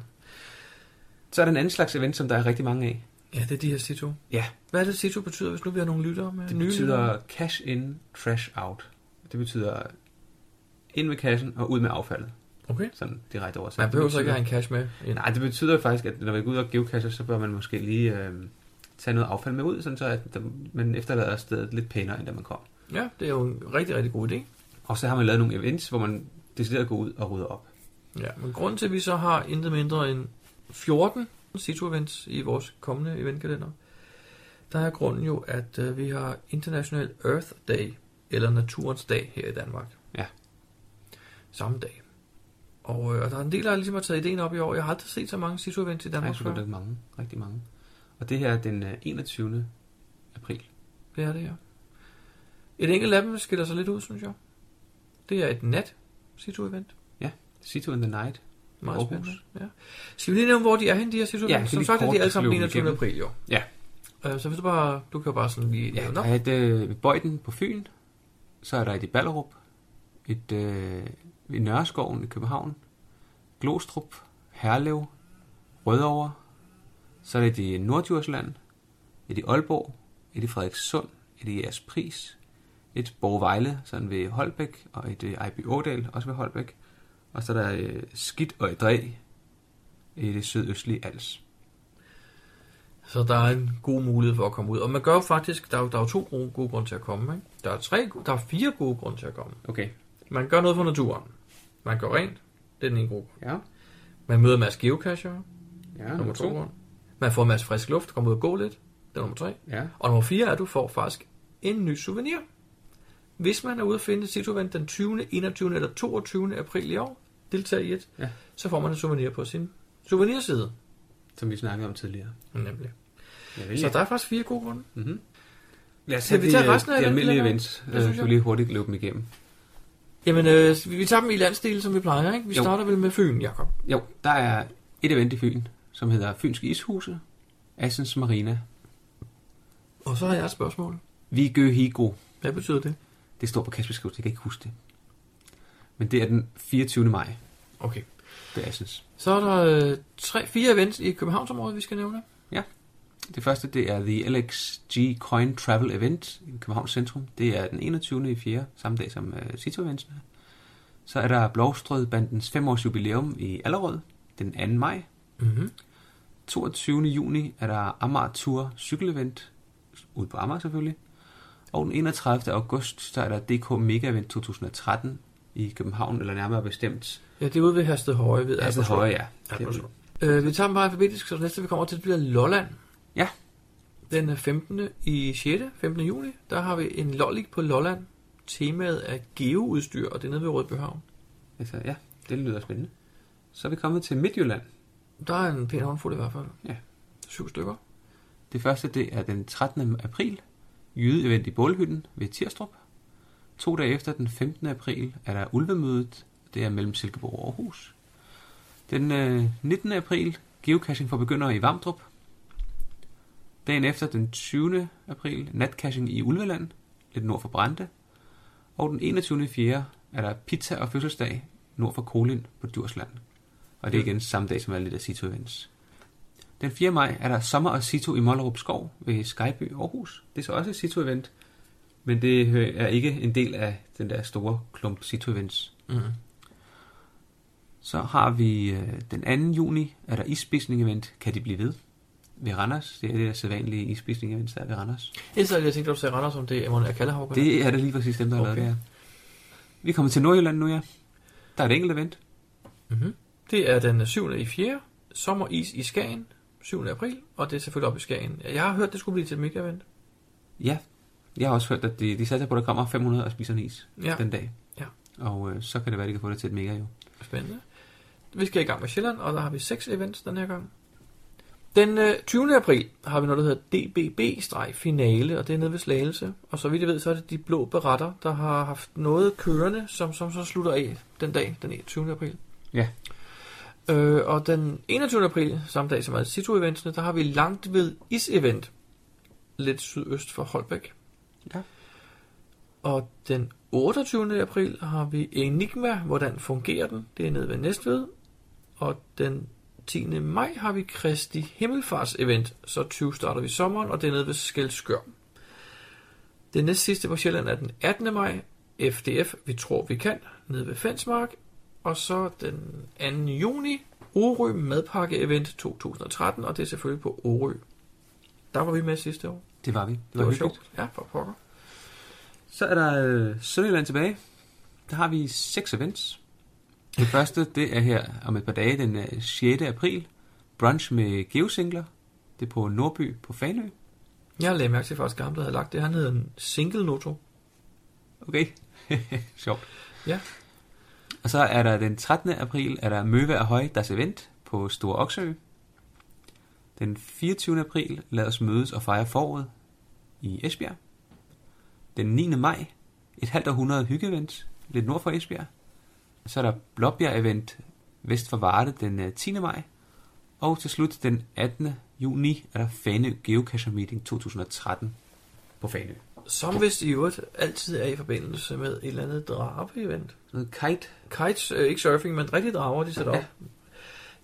[SPEAKER 4] Så er der en anden slags event, som der er rigtig mange af.
[SPEAKER 1] Ja, det er de her situ.
[SPEAKER 4] Ja,
[SPEAKER 1] Hvad er det, situ betyder, hvis nu vi har nogle lyttere med?
[SPEAKER 4] det
[SPEAKER 1] nye lyttere?
[SPEAKER 4] betyder cash in, trash out. Det betyder ind med kassen og ud med affaldet.
[SPEAKER 1] Okay.
[SPEAKER 4] Sådan direkte oversat.
[SPEAKER 1] Man behøver så ikke
[SPEAKER 4] Det
[SPEAKER 1] have en cash med.
[SPEAKER 4] betyder- Nej, det betyder faktisk, at når vi går ud og geocacher, så bør man måske lige øh, tage noget affald med ud, sådan så at der, man efterlader stedet lidt pænere, end da man kom.
[SPEAKER 1] Ja, det er jo en rigtig, rigtig god idé.
[SPEAKER 4] Og så har man lavet nogle events, hvor man decideret går ud og rydder op.
[SPEAKER 1] Ja, men grunden til, at vi så har intet mindre end 14 situ-events i vores kommende eventkalender, der er grunden jo, at øh, vi har International Earth Day, eller Naturens Dag her i Danmark.
[SPEAKER 4] Ja.
[SPEAKER 1] Samme dag. Og, øh, og der er en del, der ligesom har taget ideen op i år. Jeg har aldrig set så mange situ-events i
[SPEAKER 4] Der er
[SPEAKER 1] Danmark før.
[SPEAKER 4] selvfølgelig mange, rigtig mange. Og det her er den øh, 21. april.
[SPEAKER 1] Det er det, ja. Et enkelt af dem skiller sig lidt ud, synes jeg. Det er et nat situ-event.
[SPEAKER 4] Situ in the Night.
[SPEAKER 1] Meget
[SPEAKER 4] Aarhus.
[SPEAKER 1] spændende. Ja. Skal vi lige nævne, hvor de er henne, de her situ-events?
[SPEAKER 4] Ja, kan
[SPEAKER 1] Som
[SPEAKER 4] lige
[SPEAKER 1] sagt er
[SPEAKER 4] kort
[SPEAKER 1] de alle sammen
[SPEAKER 4] løbe dem
[SPEAKER 1] 21.
[SPEAKER 4] igennem.
[SPEAKER 1] april, jo.
[SPEAKER 4] Ja.
[SPEAKER 1] Øh, så hvis du bare, du kan jo bare sådan lige
[SPEAKER 4] Ja,
[SPEAKER 1] nævne
[SPEAKER 4] der
[SPEAKER 1] op.
[SPEAKER 4] er et øh, Bøjden på Fyn, så er der et i Ballerup, et øh, i Nørreskoven i København, Glostrup, Herlev, Rødovre, så er der et i Nordjylland, et i Aalborg, et i Frederikssund, et i Jaspris, et Borgvejle, sådan ved Holbæk, og et i Ejby Ådal, også ved Holbæk, og så er der øh, Skidt og et Dræ, i det sydøstlige Als.
[SPEAKER 1] Så der er en god mulighed for at komme ud. Og man gør jo faktisk, der er jo, der er jo to gode, gode grunde til at komme. Ikke? Der er tre, der er fire gode grunde til at komme.
[SPEAKER 4] Okay.
[SPEAKER 1] Man gør noget for naturen. Man gør rent. Det er den ene gode grund.
[SPEAKER 4] Ja,
[SPEAKER 1] Man møder en masse geocacher.
[SPEAKER 4] ja
[SPEAKER 1] Nummer to grund. Man får en masse frisk luft, kommer ud og gå lidt. Det er nummer tre.
[SPEAKER 4] Ja.
[SPEAKER 1] Og nummer 4 er, at du får faktisk en ny souvenir. Hvis man er ude at finde Situvent den 20., 21. eller 22. april i år, deltager i et,
[SPEAKER 4] Ja.
[SPEAKER 1] så får man en souvenir på sin souvenirside.
[SPEAKER 4] Som vi snakkede om tidligere.
[SPEAKER 1] Nemlig.
[SPEAKER 4] Ja,
[SPEAKER 1] Så der er faktisk fire gode grunde.
[SPEAKER 4] Lad os
[SPEAKER 1] Skal vi
[SPEAKER 4] de,
[SPEAKER 1] tage
[SPEAKER 4] øh,
[SPEAKER 1] resten af
[SPEAKER 4] de almindelige
[SPEAKER 1] eventkalenderen?
[SPEAKER 4] events,
[SPEAKER 1] Det
[SPEAKER 4] øh,
[SPEAKER 1] synes
[SPEAKER 4] så
[SPEAKER 1] jeg.
[SPEAKER 4] vi lige hurtigt løbe dem igennem.
[SPEAKER 1] Jamen, øh, vi vi tager dem i landsdelen, som vi plejer, ikke? Vi
[SPEAKER 4] Jo.
[SPEAKER 1] starter vel med Fyn, Jakob.
[SPEAKER 4] Jo, der er et event i Fyn, som hedder Fynske Ishuse, Assens Marina,
[SPEAKER 1] Og så har jeg et spørgsmål.
[SPEAKER 4] Vigø Higo.
[SPEAKER 1] Hvad betyder det?
[SPEAKER 4] Det står på Kaspers Skrift, jeg kan ikke huske det. Men det er den 24. maj
[SPEAKER 1] Okay.
[SPEAKER 4] ved Assens.
[SPEAKER 1] Så er der øh, tre, fire events i Københavnsområdet, vi skal nævne.
[SPEAKER 4] Det første, det er The LXG Coin Travel Event i Københavns Centrum. Det er den 21. i 4. samme dag som uh, Cito Eventsene. Så er der Blovstrødbandens 5 års jubilæum i Allerød den 2. maj.
[SPEAKER 1] Mm-hmm.
[SPEAKER 4] 22. juni er der Amager Tour cykelevent, ude på Amager selvfølgelig. Og den 31. august, der er der DK Mega Event 2013 i København, eller nærmere bestemt.
[SPEAKER 1] Ja, det er ude ved Hersted Høje. Ved
[SPEAKER 4] Altså
[SPEAKER 1] Albertslund.
[SPEAKER 4] højre, ja.
[SPEAKER 1] Albertslund. Øh, vi tager dem bare alfabetisk, så det næste vi kommer til, det bliver Lolland.
[SPEAKER 4] Ja.
[SPEAKER 1] Den er 15. i 6. 15. juni, der har vi en lollik på Lolland. Temaet er geoudstyr, og det er nede ved Rødbyhavn.
[SPEAKER 4] Altså, ja, det lyder spændende. Så er vi kommet til Midtjylland.
[SPEAKER 1] Der er en pæn håndfuld i hvert fald.
[SPEAKER 4] Ja.
[SPEAKER 1] Syv stykker.
[SPEAKER 4] Det første, det er den 13. april, jydeevent i Bålhytten ved Tirstrup. To dage efter, den 15. april, er der Ulvemødet, det er mellem Silkeborg og Aarhus. Den øh, 19. april, geocaching for begyndere i Vamdrup. Dagen efter, den 20. april, natcaching i Ulveland, lidt nord for Brande. Og den 21. 4. er der pizza og fødselsdag nord for Kolin på Djursland. Og det er igen samme dag, som er lidt af Sito Events. Den 4. maj er der sommer og Sito i Mollerup Skov ved Skyby Aarhus. Det er så også et Sito-event, men det øh, er ikke en del af den der store klump Sito-events.
[SPEAKER 1] Mm.
[SPEAKER 4] Så har vi øh, den 2. juni, er der ispisning-event. Kan de blive ved? Ved Randers. Det er det der sædvanlige ispisning-event, der er ved Randers.
[SPEAKER 1] Jeg sad lige og tænkte, at du sagde Randers, om det er Emon Kallehauger.
[SPEAKER 4] Det er det lige præcis dem, der har okay.
[SPEAKER 1] Okay.
[SPEAKER 4] lavet det her. Vi kommer til Nordjylland nu, ja. Der er et enkelt event.
[SPEAKER 1] Mm-hmm. Det er den 7. i 4. Sommeris i Skagen, 7. april, og det er selvfølgelig op i Skagen. Jeg har hørt, det skulle blive til et mega-event.
[SPEAKER 4] Ja, Jeg har også hørt, at de, de satser på, at der kommer 500 og spiser en is
[SPEAKER 1] Ja.
[SPEAKER 4] ja. den dag.
[SPEAKER 1] Ja.
[SPEAKER 4] Og øh, så kan det være, at de kan få det til et mega jo.
[SPEAKER 1] Spændende. Vi skal i gang med Sjælland, og der har vi seks events den her gang. Den øh, 20. april har vi noget, der hedder DBB-finale, og det er nede ved Slagelse. Og så vidt jeg ved, så er det de blå beretter, der har haft noget kørende, som, som så slutter af den dag, den 21. april.
[SPEAKER 4] Ja.
[SPEAKER 1] Øh, og den 21. april, samme dag som er Situ-eventsene, der har vi langt ved Is-event, lidt sydøst for Holbæk.
[SPEAKER 4] Ja.
[SPEAKER 1] Og den 28. april har vi Enigma, hvordan fungerer den? Det er nede ved Næstved. Og den 10. maj har vi Kristi Himmelfarts event, så 20 starter vi sommeren, og det er nede ved Skelskør. Den næste sidste på Sjælland er den 18. maj, FDF, vi tror vi kan, nede ved Fensmark. Og så den 2. juni, Orø Madpakke Event 2013, og det er selvfølgelig på Orø. Der var vi med sidste år.
[SPEAKER 4] Det var vi. Det
[SPEAKER 1] Det var,
[SPEAKER 4] hyggeligt.
[SPEAKER 1] sjovt. Ja, for pokker.
[SPEAKER 4] Så er der øh, Sønderjylland tilbage. Der har vi seks events. Det første, det er her om et par dage, den øh, 6. april. Brunch med geosingler. Det er på Nordby på Fanø.
[SPEAKER 1] Jeg lagde mærke til faktisk, at ham, der havde lagt det, han hed en single noto.
[SPEAKER 4] Okay. Sjovt.
[SPEAKER 1] Ja.
[SPEAKER 4] Og så er der den 13. april, er der Møve og Høj, deres event på Store Oksø. Den 24. april, lad os mødes og fejre foråret i Esbjerg. Den 9. maj, et halvt århundrede hyggeevent, lidt nord for Esbjerg. Så er der Blåbjerg-event vest for Varde den øh, 10. maj. Og til slut den 18. juni er der Fanø Geocacher Meeting 2013 på Fanø.
[SPEAKER 1] Som hvis i øvrigt altid er i forbindelse med et eller andet drab-event.
[SPEAKER 4] Noget kite
[SPEAKER 1] Kites, øh, ikke surfing, men rigtig drager, de sætter op.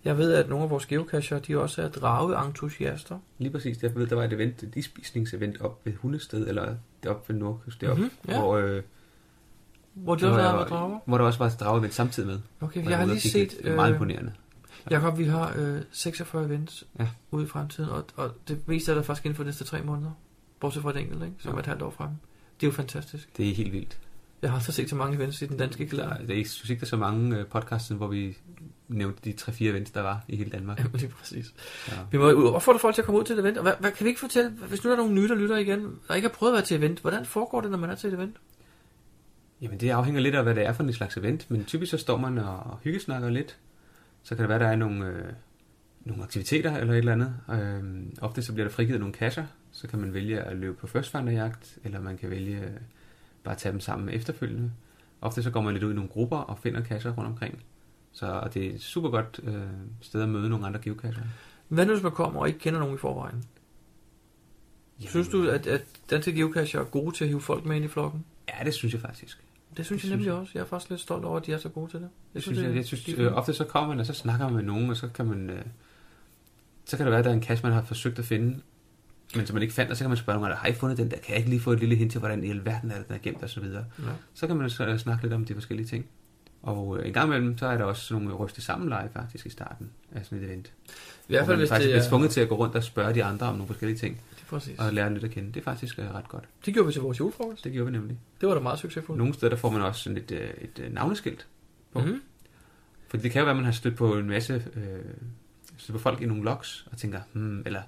[SPEAKER 1] Jeg ved, at nogle af vores geocacher, de også er drageentusiaster.
[SPEAKER 4] Lige præcis, jeg ved, der var et event, et ispisningsevent op ved Hundested, eller op ved Nordkyst derop,
[SPEAKER 1] Mhm,
[SPEAKER 4] mm-hmm,
[SPEAKER 1] ja.
[SPEAKER 4] ja. hvor, øh,
[SPEAKER 1] Hvor de
[SPEAKER 4] hvor,
[SPEAKER 1] også
[SPEAKER 4] der
[SPEAKER 1] er med drager.
[SPEAKER 4] var, hvor der også var et dragevent samtidig med.
[SPEAKER 1] Okay,
[SPEAKER 4] hvor
[SPEAKER 1] jeg har lige
[SPEAKER 4] var ude og kigge
[SPEAKER 1] set...
[SPEAKER 4] lidt. Det er meget
[SPEAKER 1] øh,
[SPEAKER 4] imponerende.
[SPEAKER 1] Jakob, vi har øh, 46 events ja.
[SPEAKER 4] Ja.
[SPEAKER 1] ude i fremtiden, og, og det meste er der faktisk inden for de næste tre måneder. Bortset fra et enkelt, ikke? som ja.
[SPEAKER 4] Ja.
[SPEAKER 1] er et halvt år fremme. Det er jo fantastisk.
[SPEAKER 4] Det er helt vildt.
[SPEAKER 1] Jeg har aldrig set så mange events i den danske kalender.
[SPEAKER 4] Der, det er, jeg synes ikke, der er så mange øh, podcasts, hvor vi nævnte de 3-4 events, der var i hele Danmark.
[SPEAKER 1] Jamen, lige præcis.
[SPEAKER 4] Ja.
[SPEAKER 1] Vi må jo opfordre folk til at komme ud til et event. Og hvad, hvad, kan vi ikke fortælle, hvis nu der er nogen nye, der lytter igen, der ikke har prøvet at være til event, hvordan foregår det, når man er til et event?
[SPEAKER 4] Jamen, det afhænger lidt af, hvad det er for en slags event, men typisk så står man og hyggesnakker lidt. Så kan det være, der er nogle, øh, nogle aktiviteter eller et eller andet. Øh, ofte så bliver der frigivet nogle kasser, så kan man vælge at løbe på førstfanderjagt, eller man kan vælge øh, bare at tage dem sammen efterfølgende. Ofte så går man lidt ud i nogle grupper og finder kasser rundt omkring. Så og det er et super godt øh, sted at møde nogle andre geokasser.
[SPEAKER 1] Hvad nu, hvis man kommer og ikke kender nogen i forvejen? Jamen. Synes du, at, at danske geocacher er gode til at hive folk med ind i flokken?
[SPEAKER 4] Ja, det synes jeg faktisk.
[SPEAKER 1] Det synes
[SPEAKER 4] Det
[SPEAKER 1] jeg
[SPEAKER 4] synes
[SPEAKER 1] nemlig også. Jeg er faktisk lidt stolt over, at de er så gode til det.
[SPEAKER 4] Jeg synes, jeg, jeg synes
[SPEAKER 1] det er
[SPEAKER 4] øh,
[SPEAKER 1] fint.
[SPEAKER 4] ofte så kommer man, og så snakker man med nogen, og så kan man... Øh, så kan det være, at der er en kasse, man har forsøgt at finde, men som man ikke fandt, og så kan man spørge nogen, andre, har I fundet den der? Kan jeg ikke lige få et lille hint til, hvordan i alverden er det, den er gemt, og så videre.
[SPEAKER 1] Ja.
[SPEAKER 4] Så kan man så, øh, snakke lidt om de forskellige ting. Og øh, en gang imellem, så er der også sådan nogle øh, ryste sammenleje faktisk i starten af sådan et event.
[SPEAKER 1] I hvert fald,
[SPEAKER 4] man
[SPEAKER 1] hvis
[SPEAKER 4] faktisk
[SPEAKER 1] det
[SPEAKER 4] bliver
[SPEAKER 1] er...
[SPEAKER 4] tvunget til at gå rundt og spørge de andre om nogle forskellige ting,
[SPEAKER 1] Det, er præcis.
[SPEAKER 4] og lære lidt at kende. Det er faktisk øh, ret godt.
[SPEAKER 1] det gjorde vi til vores julefrokost.
[SPEAKER 4] Det gjorde vi nemlig.
[SPEAKER 1] Det var da meget succesfuldt.
[SPEAKER 4] Nogle steder, der får man også sådan et, øh, et øh, navneskilt på.
[SPEAKER 1] Mhm.
[SPEAKER 4] Fordi det kan jo være, at man har stødt på en masse øh, stødt på folk i nogle logs, og tænker, hmm, eller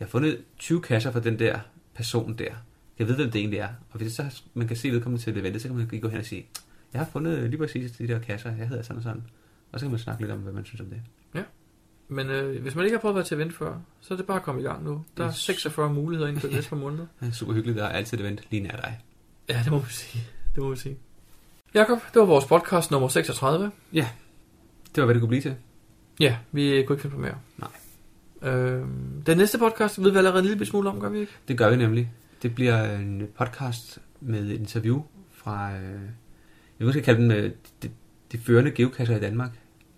[SPEAKER 4] jeg har fundet 20 kasser fra den der person der. Jeg ved, hvem det egentlig er. Og hvis det så, man kan se vedkommende til det event, så kan man lige gå hen og sige, jeg har fundet lige præcis de der kasser, jeg hedder sådan og sådan. Og så kan man snakke lidt om, hvad man synes om det.
[SPEAKER 1] Men øh, hvis man ikke har prøvet at være til event før, så er det bare at komme i gang nu. Der er
[SPEAKER 4] Det er-
[SPEAKER 1] 46 muligheder inden for de næste par måneder.
[SPEAKER 4] Det er super hyggeligt, der er altid et event lige nær dig.
[SPEAKER 1] Ja, det må vi sige. Det må vi sige. Jakob, det var vores podcast nummer 36.
[SPEAKER 4] Det var, hvad det kunne blive til.
[SPEAKER 1] Ja, vi kunne ikke finde på mere.
[SPEAKER 4] Nej.
[SPEAKER 1] Øhm, den næste podcast ved vi allerede en lille smule om, gør vi ikke?
[SPEAKER 4] Det gør vi nemlig. Det bliver en podcast med et interview fra, øh, jeg vil måske kalde dem øh, de, de førende geocacher i Danmark.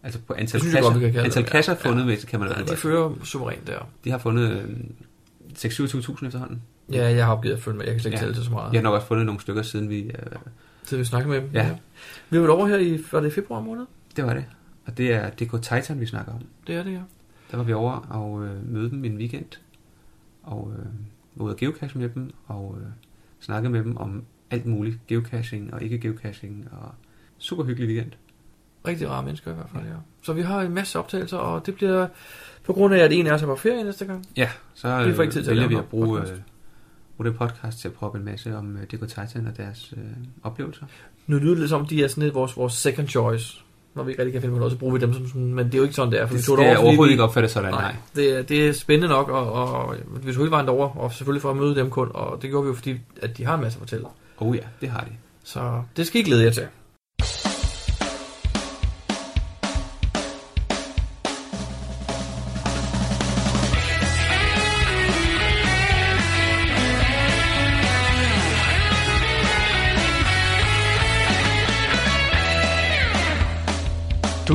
[SPEAKER 4] Altså på antal
[SPEAKER 1] synes jeg
[SPEAKER 4] kasser,
[SPEAKER 1] godt, vi kan kalde
[SPEAKER 4] antal
[SPEAKER 1] dem, ja.
[SPEAKER 4] kasser fundet med, kan man
[SPEAKER 1] Ja,
[SPEAKER 4] jo
[SPEAKER 1] de
[SPEAKER 4] godt.
[SPEAKER 1] fører suverænt der.
[SPEAKER 4] De har fundet øh, 26.000 efterhånden.
[SPEAKER 1] Ja, jeg har opgivet at følge med. Jeg kan slet ikke
[SPEAKER 4] Ja.
[SPEAKER 1] ja. tælle til så meget.
[SPEAKER 4] Jeg
[SPEAKER 1] Ja.
[SPEAKER 4] har nok også fundet nogle stykker siden vi... Øh,
[SPEAKER 1] Så vi snakker med dem.
[SPEAKER 4] Ja.
[SPEAKER 1] Vi var over her i, var det i februar måned?
[SPEAKER 4] det var det. Og det er DK Titan, vi snakker om.
[SPEAKER 1] Det er det, ja.
[SPEAKER 4] Der var vi over og øh, mødte dem i en weekend. Og øh, var ude at geocache med dem. Og øh, snakke med dem om alt muligt. Geocaching og ikke geocaching. Og super hyggelig weekend.
[SPEAKER 1] Rigtig rare mennesker i hvert fald, ja. ja. Så vi har en masse optagelser, og det bliver på grund af, at en af os er på ferie næste gang.
[SPEAKER 4] Ja, så
[SPEAKER 1] Vi
[SPEAKER 4] vi
[SPEAKER 1] får ikke tid til at
[SPEAKER 4] vælger
[SPEAKER 1] lave
[SPEAKER 4] vi
[SPEAKER 1] noget
[SPEAKER 4] at bruge,
[SPEAKER 1] podcast.
[SPEAKER 4] øh, bruge det podcast til at proppe en masse om øh, Deco Titan og deres øh, oplevelser.
[SPEAKER 1] Nu lyder det lidt som, de er sådan lidt vores, vores second choice. Når vi ikke rigtig kan finde på noget, så bruger vi dem som sådan, men det er jo ikke sådan, det er. For vi
[SPEAKER 4] Det,
[SPEAKER 1] tog
[SPEAKER 4] det er
[SPEAKER 1] derover, fordi
[SPEAKER 4] overhovedet
[SPEAKER 1] vi-
[SPEAKER 4] ikke opfattet sådan, nej.
[SPEAKER 1] Nej, det, er- det er spændende nok, og, og vi tog hele vejen derover, og selvfølgelig for at møde dem kun, og det gjorde vi jo, fordi at de har en masse at fortælle.
[SPEAKER 4] Oh ja, det har de.
[SPEAKER 1] Så det skal I glæde jer til.
[SPEAKER 3] Du